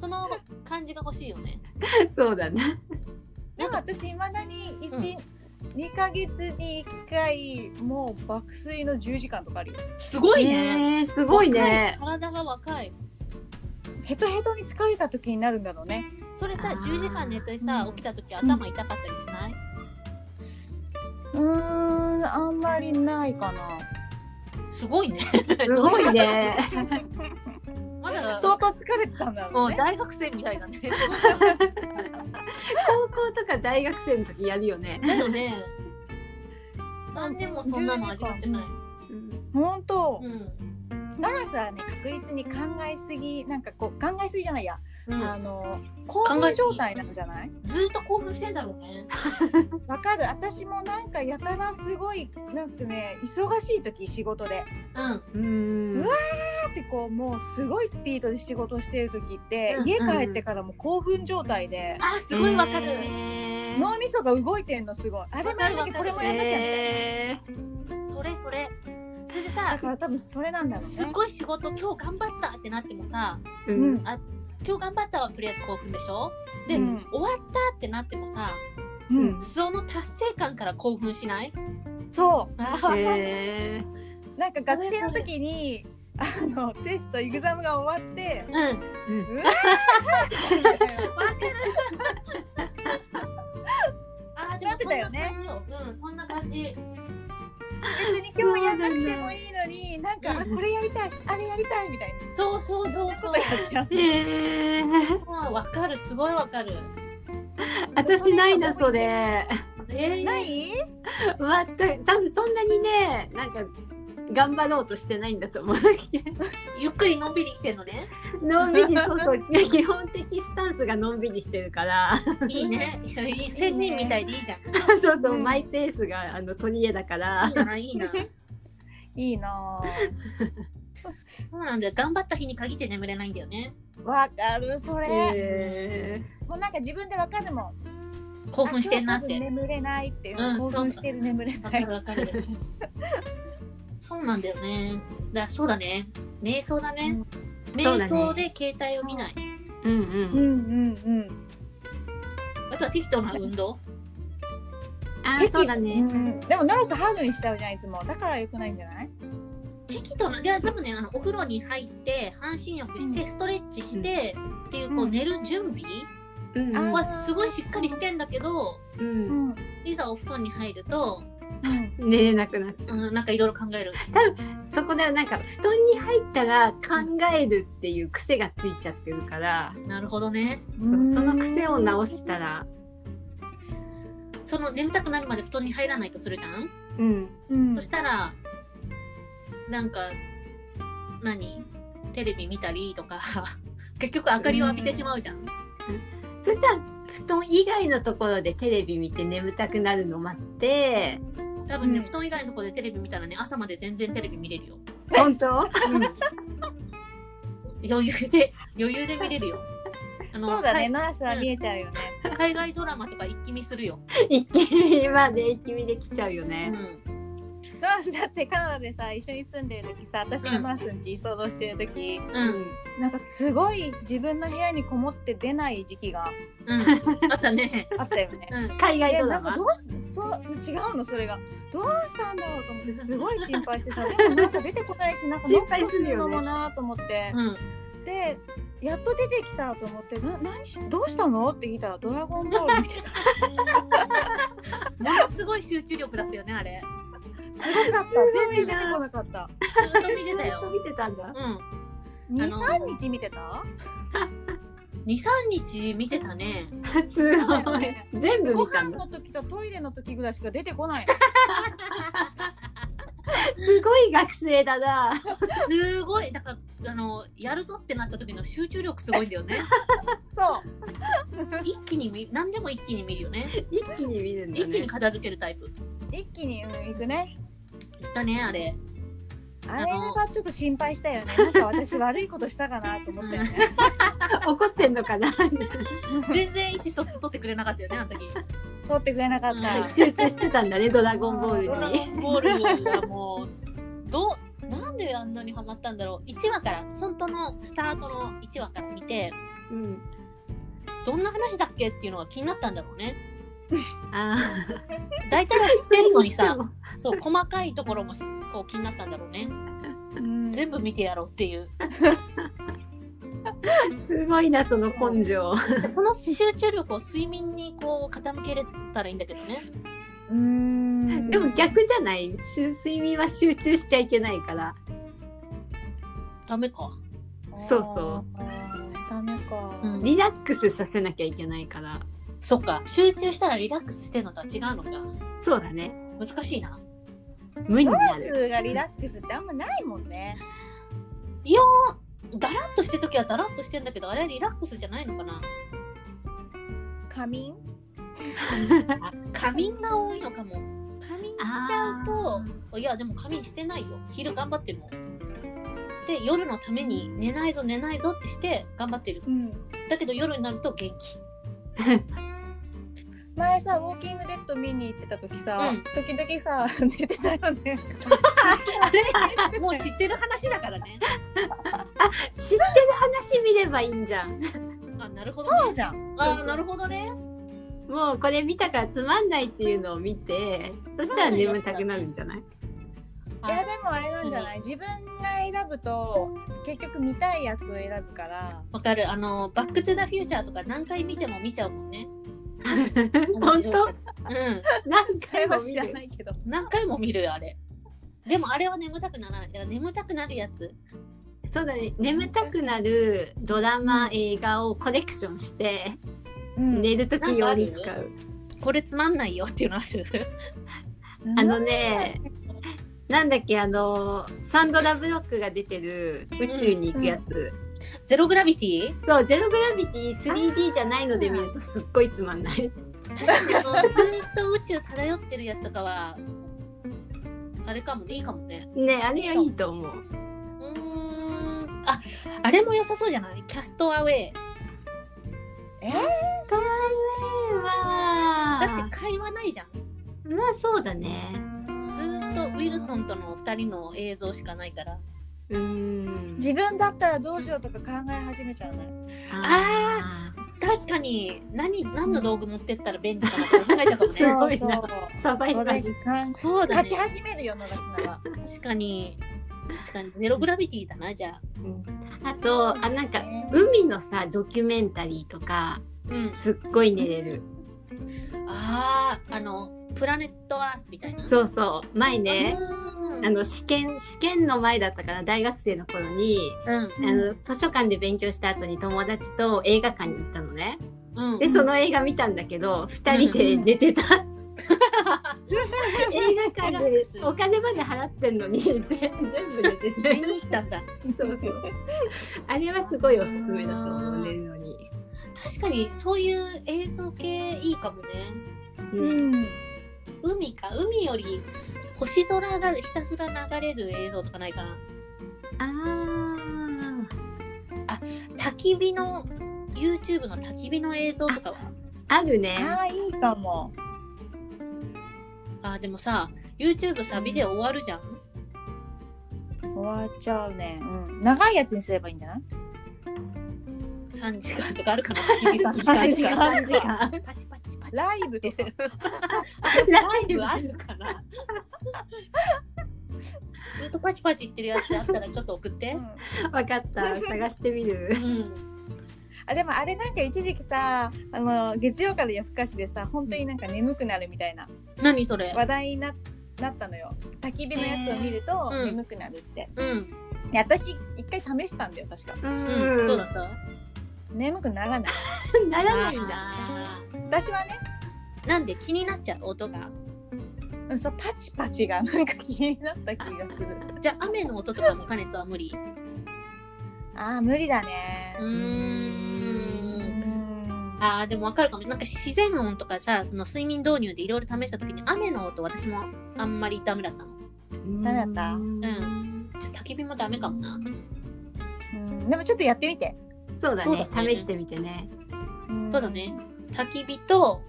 [SPEAKER 1] その感じが欲しいよね
[SPEAKER 3] そうだな
[SPEAKER 2] でも私いまだに1、2ヶ月に1回もう爆睡の10時間とかあるよ
[SPEAKER 1] すごいね、
[SPEAKER 3] ねすごい
[SPEAKER 1] 若
[SPEAKER 3] ね
[SPEAKER 1] い体が若い
[SPEAKER 2] ヘトヘトに疲れた時になるんだろうね
[SPEAKER 1] それさ
[SPEAKER 3] あー
[SPEAKER 1] 10時間寝てさ起きた時
[SPEAKER 2] ん
[SPEAKER 1] 頭痛かったりしない、
[SPEAKER 2] うーんあんまりないかな
[SPEAKER 1] すごい ね。
[SPEAKER 3] すごいね。
[SPEAKER 1] まだ
[SPEAKER 2] 相当疲れてたんだろ
[SPEAKER 1] も
[SPEAKER 2] う
[SPEAKER 1] う
[SPEAKER 2] ね。
[SPEAKER 1] 大学生みたいだね。
[SPEAKER 3] 高校とか大学生の時やるよね。
[SPEAKER 1] だよね。何年もそ んなの味わってない。
[SPEAKER 3] うん
[SPEAKER 2] 本当
[SPEAKER 1] う、ん。
[SPEAKER 2] ガラスはね確実に考えすぎなんかこう考えすぎじゃないや、
[SPEAKER 1] うん
[SPEAKER 2] あの興
[SPEAKER 1] 考え
[SPEAKER 2] 奮
[SPEAKER 1] すぎ
[SPEAKER 2] 状態なんじゃない
[SPEAKER 1] ずっと興奮してんだろうね。
[SPEAKER 2] わかる私もなんかやたらすごいなんかね忙しい時仕事で
[SPEAKER 1] うん。
[SPEAKER 3] うん
[SPEAKER 2] うわだってこうもうすごいスピードで仕事してる時って、
[SPEAKER 1] うん
[SPEAKER 2] 家帰ってからも興奮状態で、
[SPEAKER 1] あ、すごいわかる。
[SPEAKER 3] えー
[SPEAKER 2] 脳みそが動いてんのすごいあれもやんなきゃこれもやんなきゃ、
[SPEAKER 3] え
[SPEAKER 1] それそれ。それで
[SPEAKER 2] だ
[SPEAKER 1] さ、
[SPEAKER 2] から多分それなんだろう
[SPEAKER 1] すっ
[SPEAKER 2] ね
[SPEAKER 1] ごい仕事今日頑張ったってなってもさ、
[SPEAKER 3] ー
[SPEAKER 2] う
[SPEAKER 3] うんん
[SPEAKER 1] 今日頑張ったはとりあえず興奮でしょで、
[SPEAKER 2] うん
[SPEAKER 1] 終わったってなってもさ、
[SPEAKER 2] うん、
[SPEAKER 1] その達成感から興奮しない
[SPEAKER 2] そう
[SPEAKER 1] あ
[SPEAKER 3] えー
[SPEAKER 2] なんか学生の時にあのテストエグザムが終わって
[SPEAKER 1] うん。わか
[SPEAKER 3] うん
[SPEAKER 2] みたいな
[SPEAKER 1] る。あー、で
[SPEAKER 2] な
[SPEAKER 1] も
[SPEAKER 2] って
[SPEAKER 1] そ
[SPEAKER 2] た
[SPEAKER 1] ん
[SPEAKER 2] よ
[SPEAKER 1] な
[SPEAKER 2] ね
[SPEAKER 1] 感じよ。うん、そんな感じ。
[SPEAKER 2] 別に今日やんなくてもいいのになんかあ
[SPEAKER 3] うん
[SPEAKER 2] これやりたいあれやりたいみたい
[SPEAKER 1] そうそうそう
[SPEAKER 2] な
[SPEAKER 1] そ
[SPEAKER 2] こ
[SPEAKER 1] う
[SPEAKER 2] と。やっちゃう
[SPEAKER 3] えー
[SPEAKER 1] うんわかる、すごいわかる。
[SPEAKER 3] 私ないなそれ
[SPEAKER 1] え
[SPEAKER 2] ない
[SPEAKER 1] い。
[SPEAKER 3] 全く多分そんなにねなんか頑張ろうとしてないんだと思う
[SPEAKER 1] ゆっくりのんびり生きてんのね。
[SPEAKER 3] のんびりそうそう基本的スタンスがのんびりしてるから
[SPEAKER 1] いいね。いやいい、千人みたいでいいじゃん。い
[SPEAKER 3] そうそう、
[SPEAKER 2] うん
[SPEAKER 3] マイペースがあの取り柄だから
[SPEAKER 1] いな、いいな。
[SPEAKER 2] い いな
[SPEAKER 1] そうなんだよ。頑張った日に限って眠れないんだよね。
[SPEAKER 2] ぁわかるそれ、
[SPEAKER 3] え
[SPEAKER 2] もうなんか自分でわかるもん
[SPEAKER 1] 興奮してんなっ
[SPEAKER 2] あ今日多
[SPEAKER 1] て。
[SPEAKER 2] 分眠れないっていう、
[SPEAKER 1] うん
[SPEAKER 2] 興奮してる眠れ
[SPEAKER 1] わ
[SPEAKER 2] な
[SPEAKER 1] か
[SPEAKER 2] い
[SPEAKER 1] るわかる。そうなんだよね。だ、そうだね。瞑想だね。
[SPEAKER 3] そう
[SPEAKER 1] 瞑
[SPEAKER 3] だね
[SPEAKER 1] 想で携帯を見ない。
[SPEAKER 3] ーうん
[SPEAKER 2] うん
[SPEAKER 3] うん
[SPEAKER 2] うんうん
[SPEAKER 1] あとは適当な運動。
[SPEAKER 3] あー
[SPEAKER 2] 適
[SPEAKER 3] そうだね
[SPEAKER 2] んでもナラスハードにしちゃうじゃんいつもだからよくないんじゃない
[SPEAKER 1] 適度なで多分ねあのお風呂に入って半身浴して、
[SPEAKER 2] うん
[SPEAKER 1] ストレッチして、っていうこ
[SPEAKER 2] う
[SPEAKER 1] うん寝る準備
[SPEAKER 3] うん
[SPEAKER 2] あ
[SPEAKER 1] はすごいしっかりしてんだけど
[SPEAKER 3] うん
[SPEAKER 2] ん、
[SPEAKER 1] いざお布団に入ると、
[SPEAKER 2] うん
[SPEAKER 3] 寝れなくなっちゃう
[SPEAKER 1] うん、なんかいろいろ考える
[SPEAKER 3] そこではなんか布団に入ったら考えるっていう癖がついちゃってるから、
[SPEAKER 1] なるほどね
[SPEAKER 3] その癖を直したら
[SPEAKER 1] その眠たくなるまで布団に入らないとするじゃん、
[SPEAKER 3] うん
[SPEAKER 2] うん
[SPEAKER 1] そしたらなんか何テレビ見たりとか 結局明かりを浴びてしまうじゃん、
[SPEAKER 3] そしたら布団以外のところでテレビ見て眠たくなるの待って
[SPEAKER 1] 多分ね、
[SPEAKER 2] うん
[SPEAKER 1] 布団以外の子でテレビ見たらね朝まで全然テレビ見れるよ、
[SPEAKER 3] 本当
[SPEAKER 1] 余裕で余裕で見れるよあの
[SPEAKER 2] そうだ
[SPEAKER 1] は
[SPEAKER 2] ね
[SPEAKER 1] い
[SPEAKER 2] ナラスは見えちゃうよね、
[SPEAKER 1] 海外ドラマとか一気見するよ。
[SPEAKER 3] 一気見今で一気見できちゃうよ
[SPEAKER 1] う
[SPEAKER 3] ね、
[SPEAKER 1] ん。
[SPEAKER 2] ナラスだってカナダでさ一緒に住んでる時さ私がナラスんち想像してる時、
[SPEAKER 1] うん。
[SPEAKER 2] なんかすごい自分の部屋にこもって出ない時期が
[SPEAKER 1] うん。あったね。
[SPEAKER 2] あっ
[SPEAKER 1] 。
[SPEAKER 2] たよね
[SPEAKER 1] うん。
[SPEAKER 3] 海外
[SPEAKER 2] え
[SPEAKER 3] ド
[SPEAKER 2] な
[SPEAKER 3] ラ
[SPEAKER 2] んか
[SPEAKER 3] マ
[SPEAKER 2] どうしそう違うのそれがどうしたんだろうと思ってすごい心配 してさでもなんか出てこないしなんかノ
[SPEAKER 3] 心
[SPEAKER 2] ッ
[SPEAKER 3] 配
[SPEAKER 2] ク
[SPEAKER 3] す
[SPEAKER 2] す
[SPEAKER 3] るよね
[SPEAKER 2] るのもなと思って、
[SPEAKER 1] うん。
[SPEAKER 2] でやっと出てきたと思ってな何しどうしたのって聞いたら「ドラゴンボール」見 てた
[SPEAKER 1] ものすごい集中力だったよね、あれ。
[SPEAKER 2] すごかった全然出てこなかった
[SPEAKER 1] ずっと見てた
[SPEAKER 3] ずっと
[SPEAKER 1] よ。
[SPEAKER 3] 見てたんだ
[SPEAKER 1] うん。あの
[SPEAKER 2] 23日見てた
[SPEAKER 1] 2、3日見てたね。
[SPEAKER 3] すごい全部
[SPEAKER 2] ご
[SPEAKER 3] 見た
[SPEAKER 2] 飯
[SPEAKER 3] んだ
[SPEAKER 2] の時とトイレの時ぐらいしか出てこない
[SPEAKER 3] すごい学生だな
[SPEAKER 1] すごい。だから、あの、やるぞってなった時の集中力すごいんだよね。
[SPEAKER 2] そう
[SPEAKER 1] 一気に見、何でも一気に見るよね。
[SPEAKER 3] 一気に見るんだ
[SPEAKER 1] 一気に
[SPEAKER 3] ね
[SPEAKER 1] 片付けるタイプ。
[SPEAKER 2] 一気に、うん、行くね
[SPEAKER 1] だね、あ れ。
[SPEAKER 2] あれはちょっと心配したよねなんか私悪いことしたかなと思ったよね
[SPEAKER 3] 怒ってんのかな
[SPEAKER 1] 全然意思疎通取ってくれなかったよね、あの時。
[SPEAKER 2] 通ってくれなかった、
[SPEAKER 1] うん
[SPEAKER 3] 集中してたんだねドラゴンボ
[SPEAKER 1] ド
[SPEAKER 3] ー
[SPEAKER 1] ラ
[SPEAKER 3] ルに
[SPEAKER 1] ゴンボールがもうどうなんであんなにハマったんだろう1話から本当のスタートの1話から見て
[SPEAKER 3] うん
[SPEAKER 1] どんな話だっけっていうのが気になったんだろうね
[SPEAKER 3] あ
[SPEAKER 1] 大体は 知ってるのにさ
[SPEAKER 3] ー
[SPEAKER 1] そう細かいところもしこう気になったんだろうね
[SPEAKER 2] うん
[SPEAKER 1] 全部見てやろうっていう
[SPEAKER 3] すごいなその根性
[SPEAKER 1] その集中力を睡眠にこう傾けれたらいいんだけどね
[SPEAKER 2] うーん
[SPEAKER 3] でも逆じゃないしゅ睡眠は集中しちゃいけないから
[SPEAKER 1] ダメか。
[SPEAKER 3] そうそう
[SPEAKER 2] あーダメか、
[SPEAKER 1] うん
[SPEAKER 3] リラックスさせなきゃいけないから
[SPEAKER 1] そっか、集中したらリラックスしてんのとは違うのか。
[SPEAKER 3] そうだね
[SPEAKER 1] 難しいな。
[SPEAKER 3] 無にな
[SPEAKER 2] ダン
[SPEAKER 3] る
[SPEAKER 2] スがリラックスってあんまないもんね
[SPEAKER 1] だらっとしてるときはだらっとしてんだけど、あれはリラックスじゃないのかな。
[SPEAKER 2] 仮眠
[SPEAKER 1] あ、仮眠が多いのかも。仮眠しちゃうと、いや、でも仮眠してないよ。昼頑張ってるもん。で、夜のために寝ないぞ、寝ないぞってして頑張ってる。
[SPEAKER 2] うん
[SPEAKER 1] だけど夜になると元気。
[SPEAKER 2] 前さウォーキングデッド見に行ってた時さ、
[SPEAKER 1] うん
[SPEAKER 2] 時々さ 寝てたよね
[SPEAKER 1] もう知ってる話だからね。
[SPEAKER 3] 知ってる話見ればいいんじゃん
[SPEAKER 1] あ、なるほど、ね。
[SPEAKER 2] そうじゃん
[SPEAKER 1] あー、なるほどね。
[SPEAKER 3] もうこれ見たからつまんないっていうのを見てそしたら眠たくなるんじゃない
[SPEAKER 2] いやでもあれなんじゃない自分が選ぶと結局見たいやつを選ぶから
[SPEAKER 1] わかる。あの、バックトゥザフューチャーとか何回見ても見ちゃうもんね。
[SPEAKER 3] 本当
[SPEAKER 1] うん。
[SPEAKER 3] 何回も
[SPEAKER 2] 知
[SPEAKER 3] 見
[SPEAKER 2] ら
[SPEAKER 3] る
[SPEAKER 2] ないけど
[SPEAKER 1] 何回も見るよあれでもあれは眠たくならないだから眠たくなるやつ
[SPEAKER 3] そうだね眠たくなるドラマ映画をコレクションして
[SPEAKER 2] うん
[SPEAKER 3] 寝る時用に使う
[SPEAKER 1] これつまんないよっていうのある
[SPEAKER 3] あのねなんだっけあのサンドラ・ブロックが出てる宇宙に行くやつ、
[SPEAKER 1] ゼログラビティ
[SPEAKER 3] そう、ゼログラビティ 3D じゃないので見るとすっごいつまんない。
[SPEAKER 1] あのずーっと宇宙漂ってるやつとかはあれかもねいいかもね
[SPEAKER 3] ねあれはいいと思う。
[SPEAKER 1] うーんああれも良さそうじゃないキャストアウェイ
[SPEAKER 2] えー
[SPEAKER 3] それは
[SPEAKER 1] だって会話ないじゃん
[SPEAKER 3] まあそうだね。
[SPEAKER 1] ずーっとウィルソンとの2人の映像しかないから
[SPEAKER 3] うーん。
[SPEAKER 2] 自分だったらどうしようとか考え始めちゃうね
[SPEAKER 3] あ
[SPEAKER 1] 確かに何何の道具持ってったら便利かなって考えちゃう かも
[SPEAKER 3] す
[SPEAKER 1] ね
[SPEAKER 3] ごいな
[SPEAKER 2] そう
[SPEAKER 3] あ、サバイ
[SPEAKER 2] そ
[SPEAKER 3] バ
[SPEAKER 2] れ
[SPEAKER 3] ル。
[SPEAKER 2] 感
[SPEAKER 1] そうだ
[SPEAKER 2] 書
[SPEAKER 1] ね
[SPEAKER 2] き始めるよ野田砂は
[SPEAKER 1] 確かに確かにゼログラビティだなじゃあ
[SPEAKER 3] あとあなんか
[SPEAKER 2] ね
[SPEAKER 3] 海のさドキュメンタリーとか
[SPEAKER 1] うん
[SPEAKER 3] すっごい寝れる。
[SPEAKER 1] あああのプラネットアースみたいなう
[SPEAKER 3] そうそう前ね。
[SPEAKER 1] うん
[SPEAKER 3] あの試験試験の前だったから大学生の頃に
[SPEAKER 1] うん
[SPEAKER 3] あの図書館で勉強した後に友達と映画館に行ったのね。
[SPEAKER 1] うん
[SPEAKER 3] でその映画見たんだけど2人で寝てた、 映画館でお金まで払ってんのに全全部寝て
[SPEAKER 1] 見
[SPEAKER 3] て
[SPEAKER 1] に行ったんだ
[SPEAKER 3] そうそうあれはすごいおすすめだと思う寝るのに、
[SPEAKER 1] 確かにそういう映像系いいかもね
[SPEAKER 3] う
[SPEAKER 2] うんん
[SPEAKER 1] 海か海より星空がひたすら流れる映像とかないかな
[SPEAKER 3] あ
[SPEAKER 1] 焚き火の YouTube の焚き火の映像とかは
[SPEAKER 3] ーあるね
[SPEAKER 2] あーいいかも
[SPEAKER 1] あでもさ YouTube さビデオ終わるじゃん
[SPEAKER 2] 終わっちゃうね、うん、長いやつにすればいいんじゃない
[SPEAKER 1] 3時間とかあるかな焚き火3
[SPEAKER 3] 3
[SPEAKER 1] 時
[SPEAKER 3] 時
[SPEAKER 1] 間
[SPEAKER 3] 間
[SPEAKER 1] 3時間
[SPEAKER 3] 間
[SPEAKER 1] パチパチパチ
[SPEAKER 2] ライブとか
[SPEAKER 1] ライブあるから。ずっとパチパチ言ってるやつあったらちょっと送って
[SPEAKER 2] う。ん
[SPEAKER 3] わかった探してみ
[SPEAKER 1] う
[SPEAKER 3] る
[SPEAKER 1] ん。
[SPEAKER 2] あでもあれなんか一時期さあの月曜から夜更かしでさ本当になんか眠くなるみたいな
[SPEAKER 1] 何それ。
[SPEAKER 2] 話題にななったのよ焚き火のやつを見ると
[SPEAKER 1] えーうん
[SPEAKER 2] 眠くなるって、
[SPEAKER 1] うん。
[SPEAKER 2] で私一回試したんだよ確か
[SPEAKER 3] うん
[SPEAKER 1] うん。どうだ った？
[SPEAKER 2] 眠くならない
[SPEAKER 3] ならないんだ
[SPEAKER 1] あ
[SPEAKER 2] 私はね
[SPEAKER 1] ーなんで気になっちゃう音が。
[SPEAKER 2] うんそうパチパチがなんか気になった気がする
[SPEAKER 1] じゃあ雨の音とかも兼ねさは無理。
[SPEAKER 2] あー無理だね
[SPEAKER 1] うー。
[SPEAKER 2] うんん
[SPEAKER 1] ああでもわかるかも。なんか自然音とかさ、その睡眠導入でいろいろ試した時に雨の音私もあんまりダメだったの。
[SPEAKER 3] ダ
[SPEAKER 2] メだった
[SPEAKER 3] うん
[SPEAKER 1] ちょっと焚き火もダメかもな。
[SPEAKER 2] うんでもちょっとやってみて
[SPEAKER 3] そうだ
[SPEAKER 1] そう
[SPEAKER 3] ね
[SPEAKER 1] だね
[SPEAKER 3] 試してみてね
[SPEAKER 2] うん
[SPEAKER 1] そうだね。焚き火と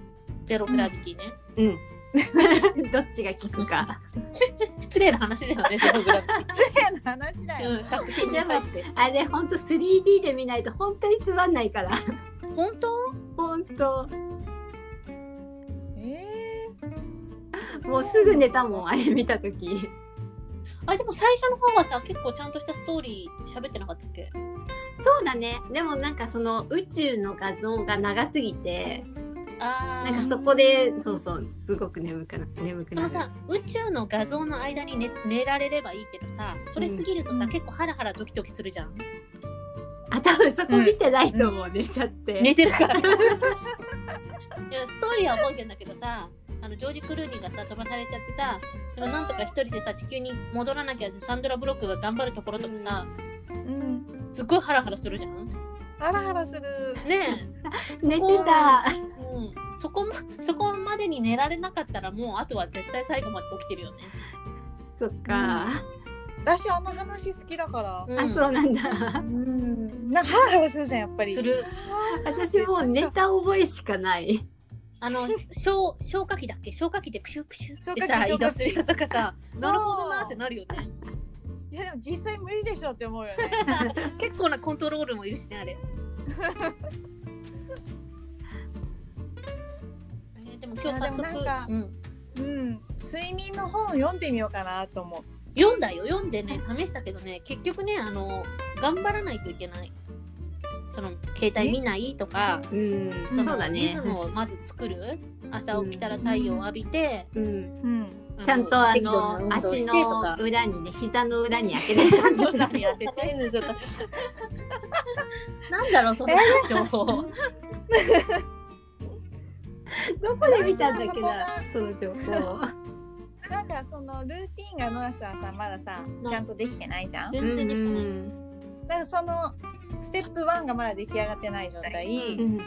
[SPEAKER 1] ゼログラビティね。
[SPEAKER 3] うん どっちが効くか
[SPEAKER 1] 失礼な話だよ ね。ゼログラビティ。
[SPEAKER 2] 変な 話だよ、
[SPEAKER 1] うん、作品に対して。
[SPEAKER 3] あれほんと 3D で見ないと本当につまんないから
[SPEAKER 1] 本当
[SPEAKER 3] 本当
[SPEAKER 2] え
[SPEAKER 3] もうすぐ寝たもんあれ見た時
[SPEAKER 1] あ、でも最初の方はさ、結構ちゃんとしたストーリー喋ってなかったっけ
[SPEAKER 3] そうだねでもなんかその宇宙の画像が長すぎて
[SPEAKER 1] あ
[SPEAKER 3] な
[SPEAKER 1] ー
[SPEAKER 3] んかそこでそうそうすごく眠くな眠く
[SPEAKER 1] そ
[SPEAKER 3] な
[SPEAKER 1] の
[SPEAKER 3] る
[SPEAKER 1] さ宇宙の画像の間に寝寝られればいいけどさそれ過ぎるとさ、
[SPEAKER 3] うん
[SPEAKER 1] 結構ハラハラドキドキするじゃん
[SPEAKER 3] あ多分そこ見てないと思う、寝ちゃって
[SPEAKER 1] 寝てるからいやストーリーは覚えてんだけどさあのジョージ・クルーニーがさ飛ばされちゃってさでもなんとか一人でさ地球に戻らなきゃってサンドラ・ブロックが頑張るところとかさ
[SPEAKER 2] うん。
[SPEAKER 1] すっごいハラハラするじゃんね
[SPEAKER 2] ハラハラする。
[SPEAKER 3] 寝てた
[SPEAKER 1] え、うん、そこもそこまでに寝られなかったらもうあとは絶対最後まで起きてるよね、
[SPEAKER 3] そっか、
[SPEAKER 2] 私あの話好きだから。
[SPEAKER 1] うん
[SPEAKER 3] あそうなんだ
[SPEAKER 2] うん。なんかハラハラするじゃんやっぱり。
[SPEAKER 1] す。る
[SPEAKER 3] 私もう寝た覚えしかない
[SPEAKER 1] あの消消火器だっけ消火器でプシュプシュっつって
[SPEAKER 2] 消火
[SPEAKER 1] さ
[SPEAKER 2] 器
[SPEAKER 1] 移動するやつとか さ
[SPEAKER 2] う
[SPEAKER 1] なるほどなってなるよね
[SPEAKER 2] いやでも実際無理でしょって思うよね。
[SPEAKER 1] 結構なコントロールもいるしね あれえーでも今日早
[SPEAKER 2] いやでも
[SPEAKER 1] 速
[SPEAKER 2] なんか
[SPEAKER 1] うん、
[SPEAKER 2] うん。睡眠の本読んでみようかなと思う。
[SPEAKER 1] 読んだよ読んでね試したけどね結局ねあの頑張らないといけないその携帯見ないとか
[SPEAKER 3] うん
[SPEAKER 2] うん
[SPEAKER 3] そうだ
[SPEAKER 1] リ
[SPEAKER 3] ね
[SPEAKER 1] ズムをまず作る朝起きたら太陽を浴びて、
[SPEAKER 3] うん、
[SPEAKER 2] うん。
[SPEAKER 1] う
[SPEAKER 3] ちゃんとあ
[SPEAKER 1] 適度な運
[SPEAKER 3] の
[SPEAKER 1] 動して
[SPEAKER 3] 足
[SPEAKER 1] と
[SPEAKER 3] の
[SPEAKER 1] か
[SPEAKER 3] 裏にね膝の裏に開けてたん だね
[SPEAKER 1] やって
[SPEAKER 2] 大変でちょっと。
[SPEAKER 1] なんだろうその情報
[SPEAKER 3] どこで見たんだっけな
[SPEAKER 2] そ
[SPEAKER 3] その情報
[SPEAKER 2] なんかそのルーティンがノアさんさまださちゃんとできてないじゃん。
[SPEAKER 1] 全然できてない
[SPEAKER 2] だからそのステップ1がまだ出来上がってない状態、
[SPEAKER 1] う
[SPEAKER 3] うん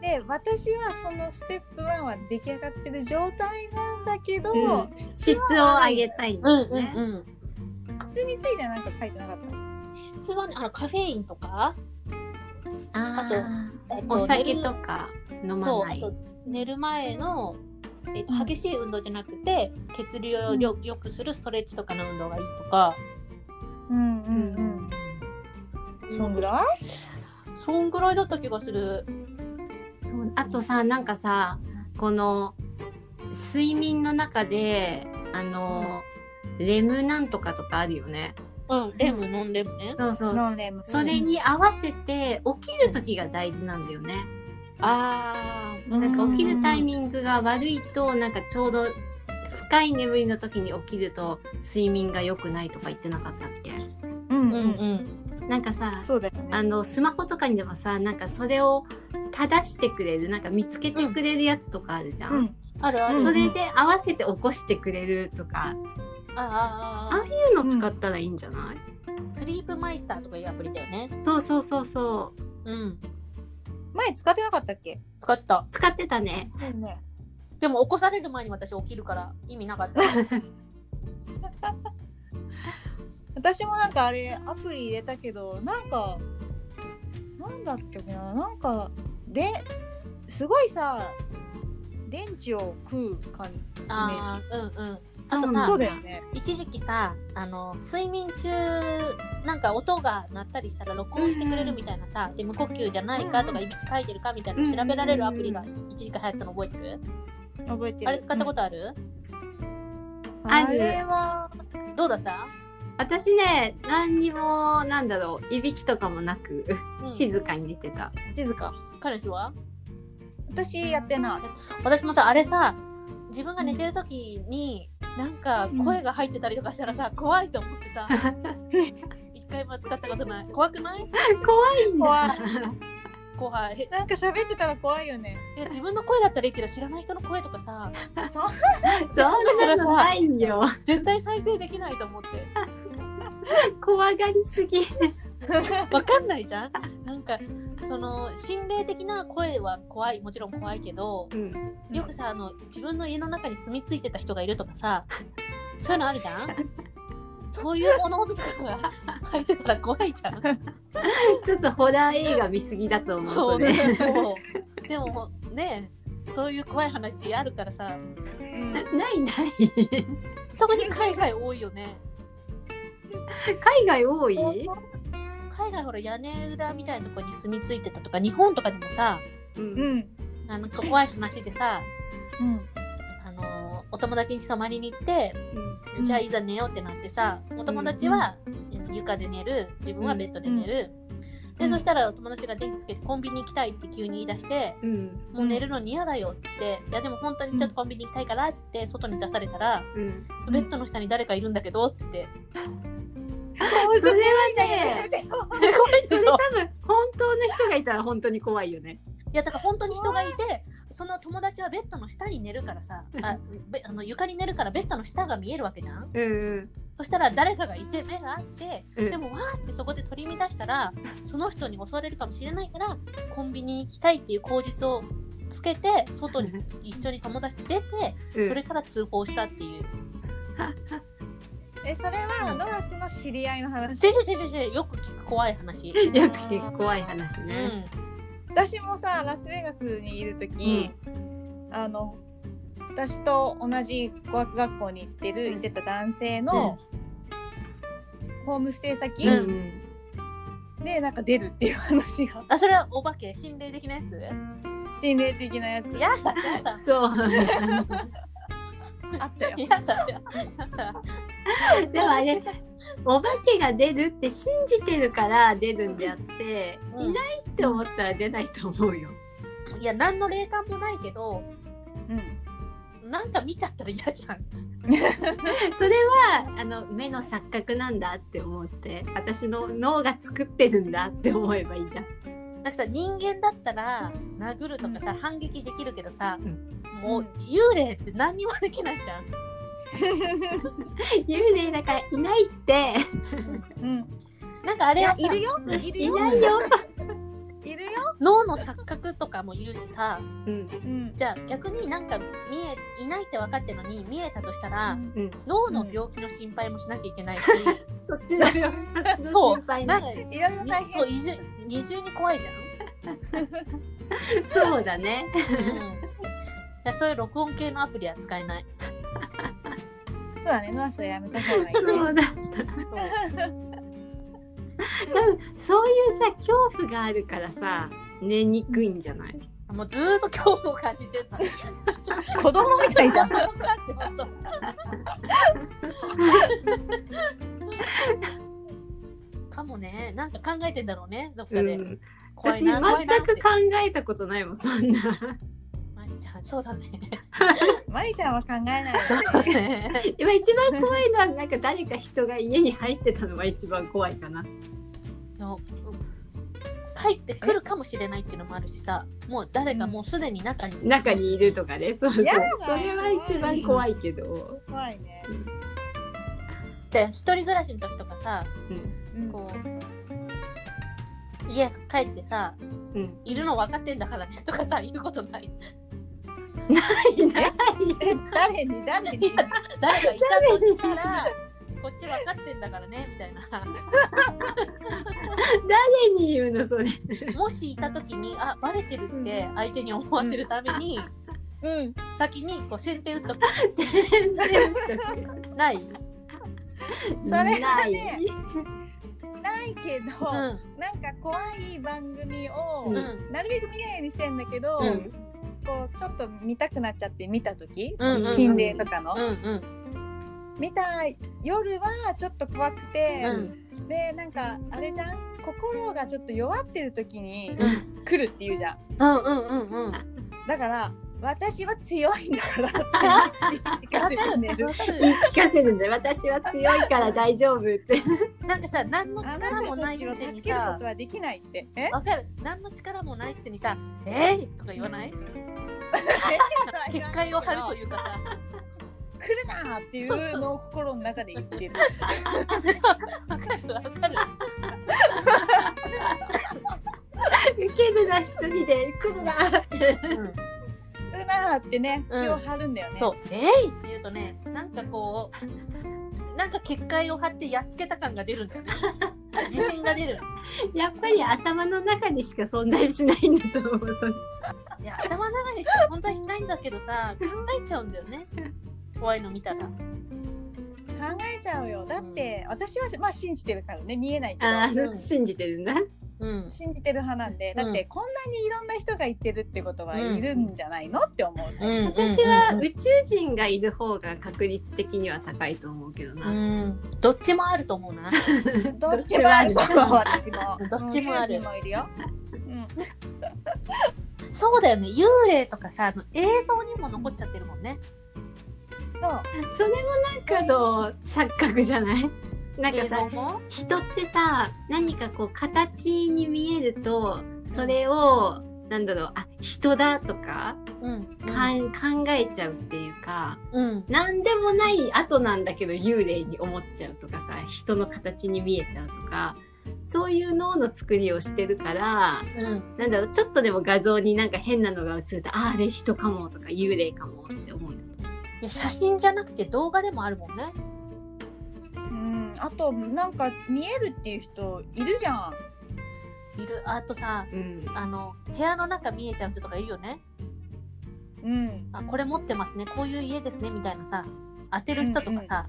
[SPEAKER 2] で私はそのステップ1は出来上がってる状態なんだけど、
[SPEAKER 3] うん質を上げたいんだ
[SPEAKER 1] うん
[SPEAKER 3] よ
[SPEAKER 1] うん
[SPEAKER 3] ね、
[SPEAKER 1] うん
[SPEAKER 2] 質についてはなんか書いてなかった
[SPEAKER 1] 質はねあのカフェインとか
[SPEAKER 3] あ
[SPEAKER 1] えっ
[SPEAKER 3] と
[SPEAKER 1] と
[SPEAKER 3] お
[SPEAKER 1] 寝
[SPEAKER 3] 酒と
[SPEAKER 1] る
[SPEAKER 3] か飲ま
[SPEAKER 1] そう
[SPEAKER 3] な
[SPEAKER 1] あ
[SPEAKER 3] い
[SPEAKER 1] と寝る前の、えっと
[SPEAKER 2] うん
[SPEAKER 1] 激しい運動じゃなくて血流をよよくするストレッチとかの運動がいいとか、
[SPEAKER 2] うんう
[SPEAKER 3] うん
[SPEAKER 2] うんそんぐらい
[SPEAKER 1] そんぐらいだった気がする
[SPEAKER 3] そうあとさなんかさこの睡眠の中であの、レムなんとかとかあるよね
[SPEAKER 1] うんレムノンレムね
[SPEAKER 3] そうそう
[SPEAKER 2] ノンレム
[SPEAKER 3] それに合わせて起きる時が大事なんだよね、
[SPEAKER 1] あー
[SPEAKER 3] なんか起きるタイ
[SPEAKER 2] ン
[SPEAKER 3] ミングが悪いとなんかちょうど深い眠りの時に起きると睡眠が良くないとか言ってなかったっけ
[SPEAKER 2] グうん
[SPEAKER 1] う
[SPEAKER 2] うんん、
[SPEAKER 1] うん
[SPEAKER 3] なんかさ
[SPEAKER 2] そうだよね
[SPEAKER 3] あのスマホとかにでもさなんかそれを正してくれるなんか見つけてくれるやつとかあるじゃ、
[SPEAKER 2] うんん
[SPEAKER 1] あるある、
[SPEAKER 2] うん
[SPEAKER 3] それで合わせて起こしてくれるとか、
[SPEAKER 1] あーあーあ
[SPEAKER 3] そういうの使ったらいいんじゃない、
[SPEAKER 1] ースリープマイスターとかいうアプリだよね
[SPEAKER 3] そうそうそうそう
[SPEAKER 1] うん
[SPEAKER 2] 前使ってなかったっけ
[SPEAKER 1] 使ってた
[SPEAKER 3] 使ってたね
[SPEAKER 2] うんね
[SPEAKER 1] でも起こされる前に私起きるから意味なかった
[SPEAKER 2] 私もなんかあれアプリ入れたけどなんかなんだっけななんかですごいさ電池を食う感じ
[SPEAKER 1] あーうんうんあ
[SPEAKER 3] そ
[SPEAKER 1] と
[SPEAKER 3] うなん
[SPEAKER 1] さ
[SPEAKER 2] そうだよね
[SPEAKER 1] 一時期さあの睡眠中なんか音が鳴ったりしたら録音してくれるみたいなさ、で無呼吸じゃないかとかいびきかいてるかみたいなの調べられるアプリが一時期流行ったの覚えてる、
[SPEAKER 2] 覚えてる
[SPEAKER 1] あれ使ったことある、
[SPEAKER 3] あ
[SPEAKER 2] あ
[SPEAKER 3] る
[SPEAKER 2] れは
[SPEAKER 1] どうだった、
[SPEAKER 3] 私ね何にもなんだろういびきとかもなく
[SPEAKER 1] うん
[SPEAKER 3] 静かに寝てた、
[SPEAKER 2] 静か
[SPEAKER 1] 彼氏は
[SPEAKER 2] 私やってない
[SPEAKER 1] 私もさあれさ自分が寝てる時になんか声が入ってたりとかしたらさ怖いと思ってさ一回も使ったことない怖くない
[SPEAKER 3] 怖いんだ
[SPEAKER 2] 怖い
[SPEAKER 1] 怖い
[SPEAKER 2] なんか喋ってたら怖いよね
[SPEAKER 1] いや自分の声だったらいいけど知らない人の声とかさ
[SPEAKER 2] そ
[SPEAKER 3] そんなのないよ。
[SPEAKER 1] 絶対再生できないと思って
[SPEAKER 3] 怖がりすぎ。
[SPEAKER 1] わかんないじゃんなんかその心霊的な声は怖いもちろん怖いけど
[SPEAKER 3] うん。
[SPEAKER 1] よくさあの自分の家の中に住み着いてた人がいるとかさ そういうのあるじゃんそういう物音とかが 入ってたら怖いじゃん
[SPEAKER 3] ちょっとホラー映画見すぎだと思う。
[SPEAKER 1] そ
[SPEAKER 3] そうれ
[SPEAKER 1] そうでもねそういう怖い話あるからさ
[SPEAKER 2] うん
[SPEAKER 3] ないない。
[SPEAKER 1] 特に海外多いよね
[SPEAKER 3] 海外多い？
[SPEAKER 1] 海外ほら屋根裏みたいなとこに住み着いてたとか日本とかでもさ
[SPEAKER 3] う。
[SPEAKER 2] うんん
[SPEAKER 1] なんか怖い話でさ
[SPEAKER 2] うん
[SPEAKER 1] あのお友達に泊まりに行ってじゃあいざ寝ようってなってさお友達は床で寝る自分はベッドで寝る、で、
[SPEAKER 2] うん
[SPEAKER 1] そしたら友達が電気つけてコンビニ行きたいって急に言い出して、
[SPEAKER 3] うん
[SPEAKER 1] もう寝るのに嫌だよって言って、いやでも本当にちょっとコンビニ行きたいからって言って、外に出されたら、
[SPEAKER 3] うん
[SPEAKER 2] うん
[SPEAKER 1] ベッドの下に誰かいるんだけどっつって、
[SPEAKER 3] それは
[SPEAKER 2] やめ
[SPEAKER 3] ね
[SPEAKER 2] てよ
[SPEAKER 3] それ多分本当の人がいたら本当に怖いよね
[SPEAKER 1] いやだから本当に人がいてその友達はベッドの下に寝るからさあべあの床に寝るからベッドの下が見えるわけじゃん
[SPEAKER 3] うん
[SPEAKER 1] そしたら誰かがいて目があって
[SPEAKER 3] うん
[SPEAKER 1] でもわーってそこで取り乱したらその人に襲われるかもしれないからコンビニ行きたいっていう口実をつけて外に一緒に友達と出てそれから通報したっていう。
[SPEAKER 2] えそれはノラスの知り合いの話
[SPEAKER 1] ちょちょちょちょよく聞く怖い話。
[SPEAKER 3] よく聞く怖い話
[SPEAKER 1] う
[SPEAKER 3] ね、
[SPEAKER 1] ん
[SPEAKER 2] 私もさラスベガスにいる時、あの私と同じ語学学校に行ってる、
[SPEAKER 1] うん
[SPEAKER 2] 行ってた男性の、ホームステイ先、
[SPEAKER 1] うん
[SPEAKER 2] でなんか出るっていう話が
[SPEAKER 1] あそれはお化け心霊的なやつ
[SPEAKER 2] 心霊的なやつ
[SPEAKER 1] やだやだ
[SPEAKER 3] そう
[SPEAKER 2] あったよ。
[SPEAKER 1] やだやだ。
[SPEAKER 3] でもあれお化けが出るって信じてるから出るんであって、
[SPEAKER 1] うん
[SPEAKER 3] いないって思ったら出ないと思うよ
[SPEAKER 1] いや何の霊感もないけど
[SPEAKER 2] うん
[SPEAKER 1] なんか見ちゃったら嫌じゃん。
[SPEAKER 3] それはあの目の錯覚なんだって思って私の脳が作ってるんだって思えばいいじゃん
[SPEAKER 1] なんかさ人間だったら殴るとかさ、反撃できるけどさ、
[SPEAKER 3] う
[SPEAKER 1] もう
[SPEAKER 2] うん
[SPEAKER 1] 幽霊って何にもできないじゃん。
[SPEAKER 3] 幽霊だからいないって
[SPEAKER 2] うん、
[SPEAKER 1] なんかあ
[SPEAKER 2] い
[SPEAKER 1] れは
[SPEAKER 2] や
[SPEAKER 1] さ
[SPEAKER 2] いるよいる
[SPEAKER 3] い
[SPEAKER 2] よ
[SPEAKER 3] ないよ、
[SPEAKER 2] いるよ、
[SPEAKER 1] 脳の錯覚とかも言うしさ
[SPEAKER 3] うん
[SPEAKER 2] うん、
[SPEAKER 1] じゃあ逆になんか見えいないって分かってるのに見えたとしたら、
[SPEAKER 3] うん、
[SPEAKER 1] 脳の病気の心配もしなきゃいけないし、
[SPEAKER 3] そっちだよ
[SPEAKER 1] そう
[SPEAKER 3] 心配
[SPEAKER 1] な
[SPEAKER 3] なん
[SPEAKER 1] かに
[SPEAKER 2] いろいろ大変
[SPEAKER 1] そう二重二重に怖いじゃん。
[SPEAKER 3] そうだね
[SPEAKER 1] うんいやそういう録音系のアプリは使えない。
[SPEAKER 2] そうだねノラスはやめた方がいいね
[SPEAKER 3] そうだ
[SPEAKER 1] そう
[SPEAKER 3] 多分そういうさ恐怖があるからさ寝にくいんじゃない
[SPEAKER 1] もうずーっと恐怖を感じてた。
[SPEAKER 2] 子供みたいじゃん
[SPEAKER 1] 分かって本 当。 かもね、なんか考えてんだろうね、どっか
[SPEAKER 3] う
[SPEAKER 1] で。
[SPEAKER 3] ん、
[SPEAKER 1] 怖い
[SPEAKER 3] 私
[SPEAKER 1] な、
[SPEAKER 3] 全
[SPEAKER 1] 怖いなっ
[SPEAKER 3] く
[SPEAKER 1] て
[SPEAKER 3] 考。えたことないもんそんな
[SPEAKER 1] まりちゃん、そうだね。
[SPEAKER 2] マリちゃんは考えない
[SPEAKER 1] そうだね。
[SPEAKER 3] 今一番怖いのはなんか誰か人が家に入ってたのが一番怖いかな
[SPEAKER 1] でも帰ってくるかもしれないっていうのもあるしさ、もう誰かもうすでに中に。
[SPEAKER 3] 中にいるとかねそうそうそ
[SPEAKER 2] や
[SPEAKER 3] れ
[SPEAKER 2] だ
[SPEAKER 3] は一番怖いけど、
[SPEAKER 2] 怖いね、
[SPEAKER 1] で、一人暮らしの時とかさ、
[SPEAKER 3] うん
[SPEAKER 2] うん
[SPEAKER 1] こう。家帰ってさ、
[SPEAKER 3] うん、
[SPEAKER 1] いるの分かってんだからね とかさ、言うことない。
[SPEAKER 3] いない
[SPEAKER 2] え誰に誰 に
[SPEAKER 1] 誰かいたとしたら、こっち分かってんだからねみたいな。
[SPEAKER 3] 誰に言うのそれ
[SPEAKER 1] もしいた時にあバレてるって相手に思わせるために、
[SPEAKER 2] うん
[SPEAKER 1] 先にこう先手打っとく
[SPEAKER 3] 全然そ
[SPEAKER 1] ない、うん、
[SPEAKER 2] それはね
[SPEAKER 3] ない
[SPEAKER 2] ないけど、なんか怖い番組を、
[SPEAKER 1] うん
[SPEAKER 2] なるべく見ないようにしてんだけど、
[SPEAKER 1] うん
[SPEAKER 2] こうちょっと見たくなっちゃって見た時、
[SPEAKER 1] うんうんうん
[SPEAKER 2] 心霊とかの、
[SPEAKER 1] うんうん
[SPEAKER 2] 見た夜はちょっと怖くて
[SPEAKER 1] う、
[SPEAKER 2] でなんかあれじゃん心がちょっと弱ってる時に
[SPEAKER 1] うん
[SPEAKER 2] 来るっていうじゃん
[SPEAKER 1] うんうんうんうん
[SPEAKER 2] だから私は強いんだからって言
[SPEAKER 1] わか
[SPEAKER 2] い聞かせて寝
[SPEAKER 1] る
[SPEAKER 2] る
[SPEAKER 1] わか
[SPEAKER 3] 言い
[SPEAKER 1] る
[SPEAKER 3] 聞かせるんだよ私は強いから大丈夫って
[SPEAKER 1] なんかさ何の
[SPEAKER 2] あなた
[SPEAKER 1] 力もな
[SPEAKER 2] た
[SPEAKER 1] い
[SPEAKER 2] ち
[SPEAKER 1] く
[SPEAKER 2] を
[SPEAKER 1] せ
[SPEAKER 2] 助
[SPEAKER 1] に
[SPEAKER 2] けるこ
[SPEAKER 1] さ
[SPEAKER 2] とはできないってえ
[SPEAKER 1] わかる何の力もないくせにさ「えい!」とか言わない結界を張ると
[SPEAKER 2] う
[SPEAKER 1] いうかさ
[SPEAKER 2] 来るなっていうのを心の中で 言ってる
[SPEAKER 1] わかるわかる
[SPEAKER 3] 受けるな一人で来るなって
[SPEAKER 2] 来るなってね
[SPEAKER 1] うん
[SPEAKER 2] 気を張るんだよね、
[SPEAKER 1] そう「えい!」って言うとねなんかこうなんか結界を張ってやっつけた感が出るんだよね自信が 出る
[SPEAKER 3] やっぱり頭の中にしか存在しないんだと思うそれ
[SPEAKER 1] いや頭の中にしか存在しないんだけどさ考えちゃうんだよね怖いの見たら
[SPEAKER 2] 考えちゃうよだって私はまあ信じてるからね見えないけど
[SPEAKER 3] ああ、
[SPEAKER 1] うん
[SPEAKER 3] 信じてるな
[SPEAKER 1] うん
[SPEAKER 2] 信じてる派なんでだってこんなにいろんな人が言ってるってことはいるんじゃないのって思 うタイ
[SPEAKER 1] うん
[SPEAKER 3] 私は宇宙人がいる方が確率的には高いと思うけど
[SPEAKER 1] う
[SPEAKER 3] な。
[SPEAKER 1] ん、どっちもあると思うな。
[SPEAKER 2] プどっちもあると思う 私も
[SPEAKER 1] どっちもある
[SPEAKER 2] うん友人もいるよ うん
[SPEAKER 1] そうだよね、幽霊とかさ、あの映像にも残っちゃってるもんね。
[SPEAKER 2] そう
[SPEAKER 3] それもなんかの錯覚じゃないなんか
[SPEAKER 1] 映
[SPEAKER 3] さ
[SPEAKER 1] 像も。
[SPEAKER 3] 人ってさ何かこう形に見えるとそれをなんだろうあ人だとか
[SPEAKER 1] うん、
[SPEAKER 3] かん、考えちゃうっていうか
[SPEAKER 1] うん、
[SPEAKER 3] 何でもない後なんだけど幽霊に思っちゃうとかさ人の形に見えちゃうとかそういう脳の作りをしてるから
[SPEAKER 1] うん、
[SPEAKER 3] なんだろうちょっとでも画像になんか変なのが映るとあああれ人かもとか幽霊かもって思うんだ
[SPEAKER 1] いや、写真じゃなくて、動画でもあるもんね。
[SPEAKER 2] うんあとなんか見えるっていう人いるじゃん
[SPEAKER 1] いる、あとさ、
[SPEAKER 3] うん
[SPEAKER 1] あの部屋の中見えちゃう人とかいるよね。
[SPEAKER 2] うん
[SPEAKER 1] あ、これ持ってますね、こういう家ですねみたいなさ。当てる人とかさ、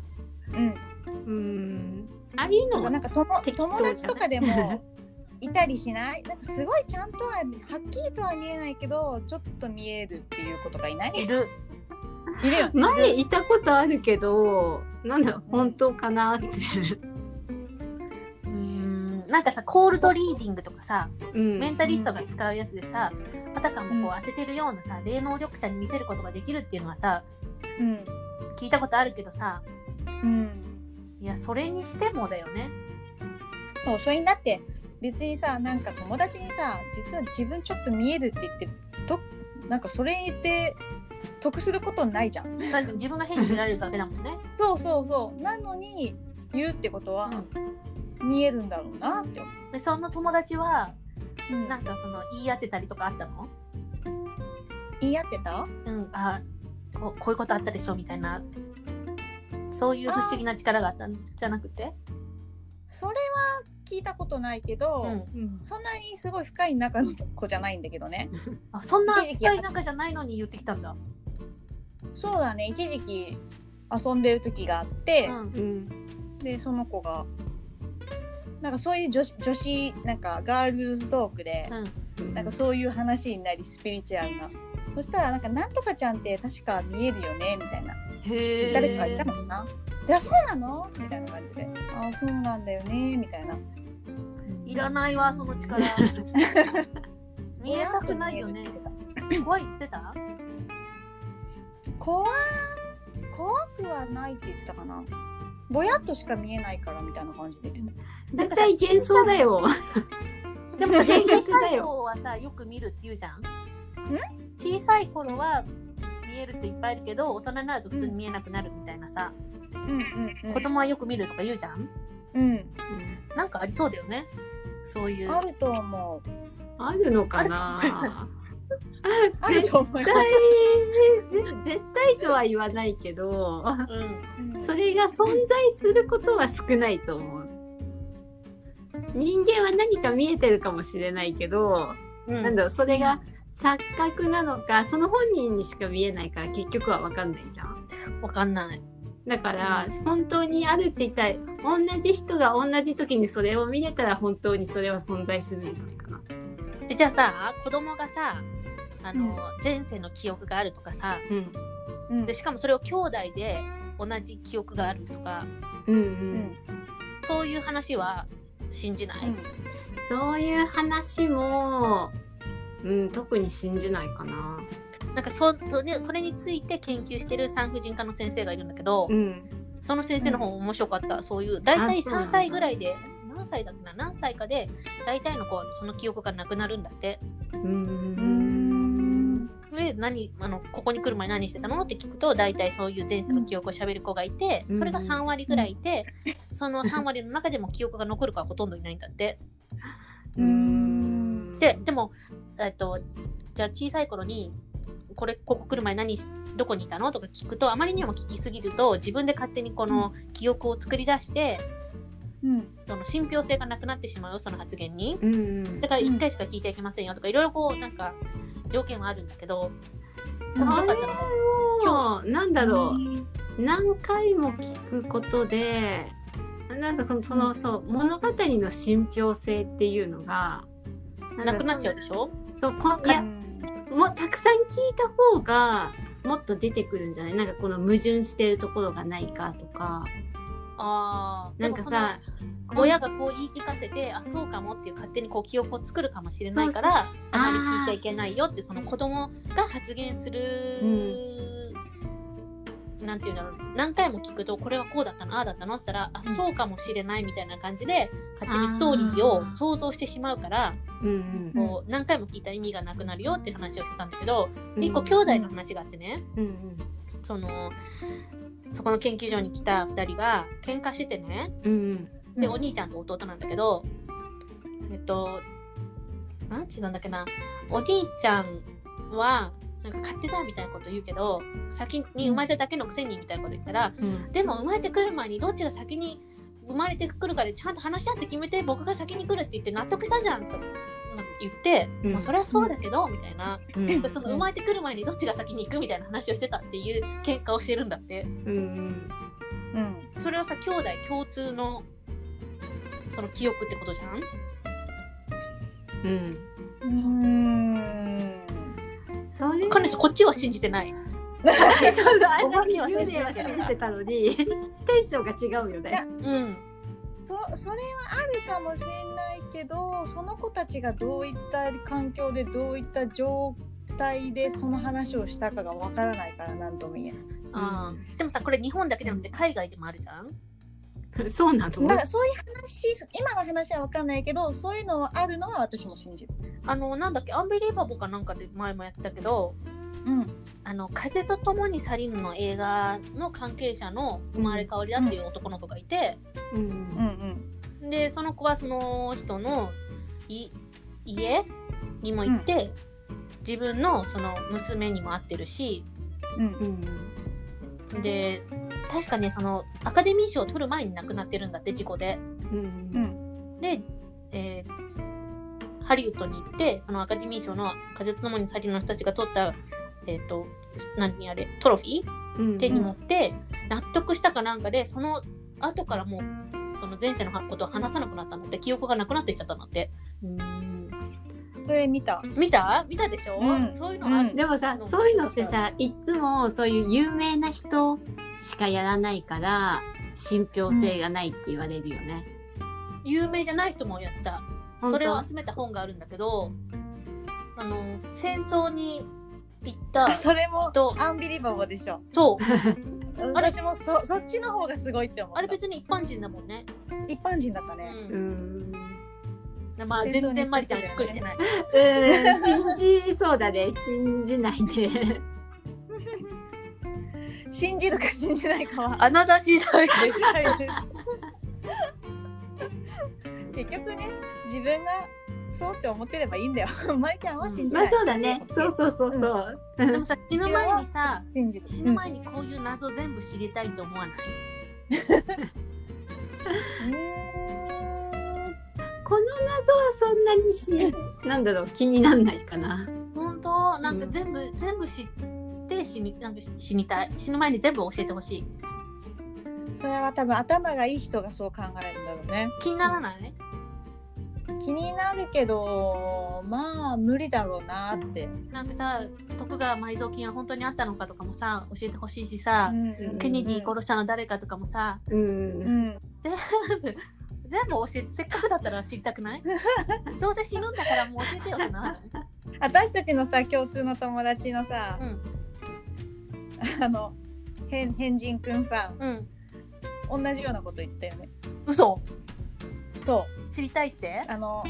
[SPEAKER 2] うん
[SPEAKER 3] うんああいうのも
[SPEAKER 2] なんかとも
[SPEAKER 3] 適当じゃない
[SPEAKER 2] 友達とかで もいたりしないなんかすごいちゃんとははっきりとは見えないけどちょっと見えるっていうことがいない
[SPEAKER 1] いる。
[SPEAKER 2] いるよね
[SPEAKER 3] 前いたことあるけどなんだろう本当かなって
[SPEAKER 1] うーん、なんかさ、コールドリーディングとかさ、
[SPEAKER 3] うん
[SPEAKER 1] メンタリストが使うやつでさ、あたかもこう当ててるようなさ、霊能力者に見せることができるっていうのはさ、
[SPEAKER 2] うん
[SPEAKER 1] 聞いたことあるけどさ、
[SPEAKER 2] うん
[SPEAKER 1] いや、それにしてもだよね。
[SPEAKER 2] そうそれにだって別にさなんか友達にさ実は自分ちょっと見えるって言ってとなんかそれって得することないじゃん
[SPEAKER 1] 確かに自分が変に見られるだけだもんね。
[SPEAKER 2] そうそうそうなのに言うってことは見えるんだろうなって思う、
[SPEAKER 1] でその友達は、
[SPEAKER 2] うん
[SPEAKER 1] なんかその言い当てたりとかあったの
[SPEAKER 2] 言い合ってた
[SPEAKER 1] うん、あここういうことあったでしょみたいな。そういう不思議な力があったんじゃなくて
[SPEAKER 2] それは聞いたことないけど、
[SPEAKER 1] うん、
[SPEAKER 3] うん
[SPEAKER 2] そんなにすごい深い仲の子じゃないんだけどね。
[SPEAKER 1] あそんな深い仲じゃないのに言ってきたんだ。
[SPEAKER 2] そうだね、一時期遊んでる時があって
[SPEAKER 1] う、ん
[SPEAKER 3] うん
[SPEAKER 2] で、その子が、なんかそういう女子、女子、なんかガールズトークで、なんかそういう話になり、スピリチュアルな。そしたら、なんか、なんとかちゃんって確か見えるよね、みたいな。
[SPEAKER 1] へえ。
[SPEAKER 2] 誰かがいたのかなで、あ、そうなのみたいな感じで。あ、そうなんだよね、みたいな。
[SPEAKER 1] いらないわ、その 力。見えたくないよね
[SPEAKER 2] 見え。たくないよね
[SPEAKER 1] 怖いって言ってた
[SPEAKER 2] 怖怖くはないって言ってたかなぼやっとしか見えないからみたいな感じで言って
[SPEAKER 3] 絶対幻想 だよ
[SPEAKER 1] でもさ、
[SPEAKER 3] 全
[SPEAKER 1] 小
[SPEAKER 3] 然
[SPEAKER 1] さい頃はさ、よく見るって言うじゃん。小さい頃は見えるっていっぱいあるけど、大人になると普通に見えなくなるみたいなさ、
[SPEAKER 2] たうんうん
[SPEAKER 1] 子供はよく見るとか言うじゃん。
[SPEAKER 2] うん
[SPEAKER 1] なんかありそうだよね。そういう。
[SPEAKER 2] あると思う
[SPEAKER 3] あるのか
[SPEAKER 1] あると思いま
[SPEAKER 3] な
[SPEAKER 2] あると思い
[SPEAKER 3] 絶
[SPEAKER 2] ま
[SPEAKER 3] 対絶絶対とは言わないけど
[SPEAKER 1] うん。
[SPEAKER 2] す
[SPEAKER 3] それが存在することは少ないと思う人間は何か見えてるかもしれないけど
[SPEAKER 1] うん
[SPEAKER 3] なんだろうそれが錯覚なのかその本人にしか見えないから結局は分かんないじゃん
[SPEAKER 1] わかんない。
[SPEAKER 3] だから本当にあるって言ったら同じ人が同じ時にそれを見れたら本当にそれは存在するんじゃないかな
[SPEAKER 1] えじゃあさ、子供がさ、あの、前世の記憶があるとかさ、
[SPEAKER 3] うん
[SPEAKER 2] うん
[SPEAKER 1] でしかもそれを兄弟で同じ記憶があるとか、
[SPEAKER 3] うんう
[SPEAKER 2] うんん
[SPEAKER 1] そういう話は信じない。
[SPEAKER 3] そういう話も、うん、特に信じないかな。
[SPEAKER 1] なんかそそれそれについて研究してる産婦人科の先生がいるんだけど、
[SPEAKER 3] ん。
[SPEAKER 1] その先生の方面白かった、そういう大体
[SPEAKER 3] あそうなんだ
[SPEAKER 1] 3歳ぐらいで何歳だっけな何歳かで大体の子はその記憶がなくなるんだって
[SPEAKER 3] うん。
[SPEAKER 1] で何あのここに来る前何してたのって聞くと大体そういう前世の記憶を喋る子がいて、
[SPEAKER 3] うん
[SPEAKER 1] それが3割ぐらいいて、その3割の中でも記憶が残る子はほとんどいないんだって
[SPEAKER 3] うん。
[SPEAKER 1] ででも、えっと、じゃあ小さい頃にこれここ来る前何しどこにいたのとか聞くとあまりにも聞きすぎると自分で勝手にこの記憶を作り出して
[SPEAKER 2] うん
[SPEAKER 1] その信憑性がなくなってしまうよその発言に
[SPEAKER 3] うん
[SPEAKER 1] だ。から1回しか聞いちゃいけませんよとかいろいろこうなんか条件はあるんだけど面白かったのは
[SPEAKER 3] もう、なんだろ
[SPEAKER 2] う
[SPEAKER 3] う。何回も聞くことで、なんかそのその、そう物語の信憑性っていうのが
[SPEAKER 1] なくなっちゃう
[SPEAKER 3] う
[SPEAKER 1] でしょ
[SPEAKER 3] そうこい
[SPEAKER 2] いや
[SPEAKER 3] やもうたくさん聞いた方がもっと出てくるんじゃないなんかこの矛盾してるところがないかとか
[SPEAKER 1] あー
[SPEAKER 3] なんかさ
[SPEAKER 1] でもその親がこう言い聞かせてあそうかもっていう勝手にこう記憶を作るかもしれないからあまり聞いちゃいけないよってその子供が発言する、なんていうんだろう何回も聞くとこれはこうだったのああだったのって言ったらあ
[SPEAKER 3] うん
[SPEAKER 1] そうかもしれないみたいな感じで勝手にストーリーを
[SPEAKER 3] あー
[SPEAKER 1] 想像してしまうから
[SPEAKER 3] うん
[SPEAKER 2] うん
[SPEAKER 1] こう何回も聞いたら意味がなくなるよっていう話をしてたんだけど
[SPEAKER 3] うん
[SPEAKER 1] 一個兄弟の話があってね
[SPEAKER 3] うんうん
[SPEAKER 1] そのそこの研究所に来た2人が喧嘩しててね、
[SPEAKER 3] うんうん
[SPEAKER 1] で、
[SPEAKER 2] うん
[SPEAKER 1] お兄ちゃんと弟なんだけどえっとなんちなんだっけなお兄ちゃんはなんか勝手だみたいなこと言うけど先に生まれただけのくせにみたいなこと言ったら、
[SPEAKER 3] うん
[SPEAKER 1] でも生まれてくる前にどっちが先に生まれてくるかでちゃんと話し合って決めて僕が先に来るって言って納得したじゃんって言って、
[SPEAKER 3] うん
[SPEAKER 1] まあそれはそうだけどみたいな、
[SPEAKER 3] うん
[SPEAKER 1] でその生まれてくる前にどっちが先に行くみたいな話をしてたっていう喧嘩をしてるんだって。
[SPEAKER 3] う
[SPEAKER 2] う
[SPEAKER 3] ん
[SPEAKER 2] ん
[SPEAKER 1] それはさ兄弟共通のその記憶ってことじゃん
[SPEAKER 3] うん
[SPEAKER 2] うん
[SPEAKER 3] それ
[SPEAKER 1] わかんないですこっちは信じてない
[SPEAKER 3] ちょっとあ
[SPEAKER 1] んなに
[SPEAKER 3] 幽霊は信じてたのにテ ンションが違うよね。
[SPEAKER 1] うん
[SPEAKER 2] そそれはあるかもしれないけどその子たちがどういった環境でどういった状態でその話をしたかがわからないから何とも言えない
[SPEAKER 1] あでもさこれ日本だけじゃなくて海外でもあるじゃん
[SPEAKER 3] そうなの
[SPEAKER 2] だからそういう話今の話はわかんないけどそういうのはあるのは私も信じる。
[SPEAKER 1] あのなんだっけアンビリーバボーかなんかで前もやってたけど
[SPEAKER 2] うん、
[SPEAKER 1] あの風と共に去りぬの映画の関係者の生まれ変わりだっていう男の子がいて、
[SPEAKER 2] う
[SPEAKER 3] う
[SPEAKER 2] ん、うんん、
[SPEAKER 1] でその子はその人のい家にも行って、自分のその娘にも会ってるし
[SPEAKER 2] うん
[SPEAKER 3] う、ん
[SPEAKER 1] で確かねそのアカデミー賞を取る前に亡くなってるんだって事故で
[SPEAKER 3] う
[SPEAKER 2] うんん、
[SPEAKER 1] で、えーハリウッドに行ってそのアカデミー賞の「風と共に去りぬの人たちが取った、えー、と何あれトロフィー
[SPEAKER 3] うん
[SPEAKER 1] 手に持って、納得したかなんかでその後からもうその前世のことを話さなくなったのって記憶がなくなっていっちゃったのって
[SPEAKER 3] うん
[SPEAKER 2] これ見た。
[SPEAKER 1] 見た見たでしょ、
[SPEAKER 2] うん
[SPEAKER 1] そういうのある、
[SPEAKER 3] でもさ
[SPEAKER 1] うん
[SPEAKER 3] そういうのってさいっつもそういう有名な人しかやらないから信憑性がないって言われるよね。
[SPEAKER 1] 有名じゃない人もやってた
[SPEAKER 3] 本当
[SPEAKER 1] それを集めた本があるんだけどあの戦争に行った
[SPEAKER 2] それも
[SPEAKER 1] と
[SPEAKER 2] アンビリバボーでしょ。
[SPEAKER 1] そう
[SPEAKER 2] 私もそそっちの方がすごいって思った。
[SPEAKER 1] あれ別に一般人だもんね。
[SPEAKER 2] 一般人だった
[SPEAKER 1] う。
[SPEAKER 2] ね。
[SPEAKER 3] うんん
[SPEAKER 1] まあ
[SPEAKER 2] 戦争
[SPEAKER 1] 全
[SPEAKER 2] に
[SPEAKER 1] 然マリちゃんしっくりしてない。
[SPEAKER 3] うん信じそうだね信じな いね。
[SPEAKER 2] 信じるか信じないかは。
[SPEAKER 1] 穴出しだよ。
[SPEAKER 2] 結局ね、自分がそうって思ってればいいんだよ。 マイちゃんは信じ
[SPEAKER 3] まあ
[SPEAKER 2] ない。
[SPEAKER 3] そうだねそうそうそうそう。
[SPEAKER 1] でもさ死ぬ前にさ
[SPEAKER 2] 信じる。
[SPEAKER 1] 死ぬ前にこういう謎全部知りたいと思わない。
[SPEAKER 2] うんう
[SPEAKER 3] この謎はそんなにしなんだろう気になんないかな。
[SPEAKER 1] 本当なんか全部全部知って死になんか死にたい。死ぬ前に全部教えてほしい。
[SPEAKER 2] ーんそれは多分頭がいい人がそう考えるんだろうね。
[SPEAKER 1] 気にならない？
[SPEAKER 2] 気になるけどまあ無理だろうなって、
[SPEAKER 1] なんかさ徳川埋蔵金は本当にあったのかとかもさ教えてほしいしさ。
[SPEAKER 3] ん
[SPEAKER 1] ケネディ殺したの誰かとかもさ
[SPEAKER 3] う
[SPEAKER 2] うんん
[SPEAKER 1] 全部全部教えてせっかくだったら知りたく ないどうせ死ぬんだからもう教えてよってならない
[SPEAKER 2] 私たちのさ共通の友達のさ
[SPEAKER 1] う、ん
[SPEAKER 2] あの変変人くんさ
[SPEAKER 1] うん、
[SPEAKER 2] 同じようなこと言ってたよね
[SPEAKER 1] 嘘
[SPEAKER 2] そう
[SPEAKER 1] 知りたいって
[SPEAKER 2] あの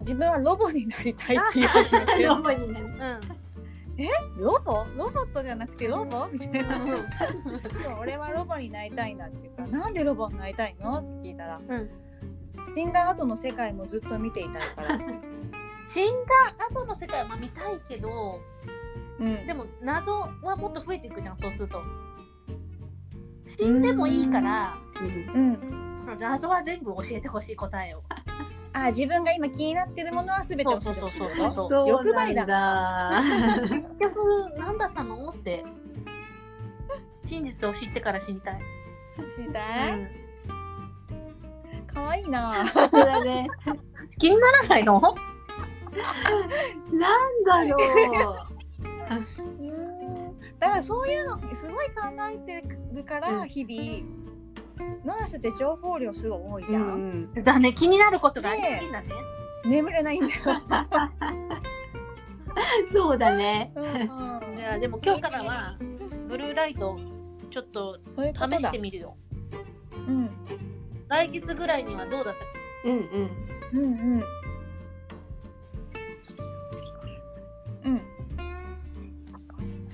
[SPEAKER 2] 自分はロボになりたいっていうこと言って
[SPEAKER 3] ロ
[SPEAKER 2] よ
[SPEAKER 3] ボになる
[SPEAKER 1] うん、うん、
[SPEAKER 2] ロボロボットじゃなくてロボみたいな そう俺はロボになりたいなっていうかなんでロボになりたいのって聞いたら、
[SPEAKER 1] うん
[SPEAKER 2] 死んだ後の世界もずっと見ていたいから、
[SPEAKER 1] 死んだ後の世界はまあ見たいけど
[SPEAKER 2] うん
[SPEAKER 1] でも謎はもっと増えていくじゃんそうすると死んでもいいから
[SPEAKER 3] うん
[SPEAKER 2] うん、
[SPEAKER 1] その謎は全部教えてほしい答 えを
[SPEAKER 2] あ自分が今気になってるものは全て教えてほしい
[SPEAKER 1] そうそうそう
[SPEAKER 2] って
[SPEAKER 1] そ
[SPEAKER 2] こ
[SPEAKER 1] う
[SPEAKER 2] と
[SPEAKER 1] そう
[SPEAKER 2] 欲張りだ
[SPEAKER 3] な。
[SPEAKER 1] 結局何だったのって真実を知ってから死にたい、
[SPEAKER 2] 知りたい、
[SPEAKER 1] うん
[SPEAKER 2] 可愛いな。
[SPEAKER 3] だね。
[SPEAKER 1] 気にならないの
[SPEAKER 3] なんだろ
[SPEAKER 2] だからそういうのすごい考えてるから日々、ナースって情報量すごい多い じゃん、
[SPEAKER 3] ん。
[SPEAKER 1] だね、気になることがありすぎんだね。
[SPEAKER 2] 眠れないんだ よ。
[SPEAKER 3] そうだね。
[SPEAKER 2] うん
[SPEAKER 1] いや、でも今日からは、ブルーライト、ちょっと
[SPEAKER 2] そういうこと
[SPEAKER 1] 試
[SPEAKER 2] だ
[SPEAKER 1] して。みるよ。
[SPEAKER 2] うん
[SPEAKER 1] 来月ぐらいにはどうだったか
[SPEAKER 3] うんうん。
[SPEAKER 2] うんうんうん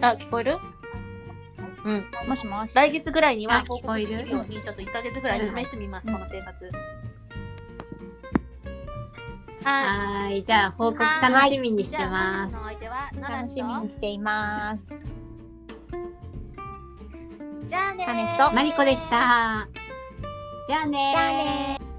[SPEAKER 1] あ、聞こえるうん。
[SPEAKER 2] もしもし。
[SPEAKER 1] 来月ぐらいに
[SPEAKER 3] あ
[SPEAKER 1] は
[SPEAKER 3] 聞こえる
[SPEAKER 1] 報告できようにちょっと1ヶ月ぐらい試してみます、
[SPEAKER 2] うん
[SPEAKER 1] この生活。はい。
[SPEAKER 3] はーい。じゃあ報告楽しみにしてます
[SPEAKER 1] じゃあ本日の。お相手はノラ
[SPEAKER 2] 楽
[SPEAKER 1] ス
[SPEAKER 2] しみ
[SPEAKER 1] と
[SPEAKER 2] にしています。
[SPEAKER 1] じゃあね
[SPEAKER 2] カネスと
[SPEAKER 3] マリコでした。じゃあねー。
[SPEAKER 2] じゃあね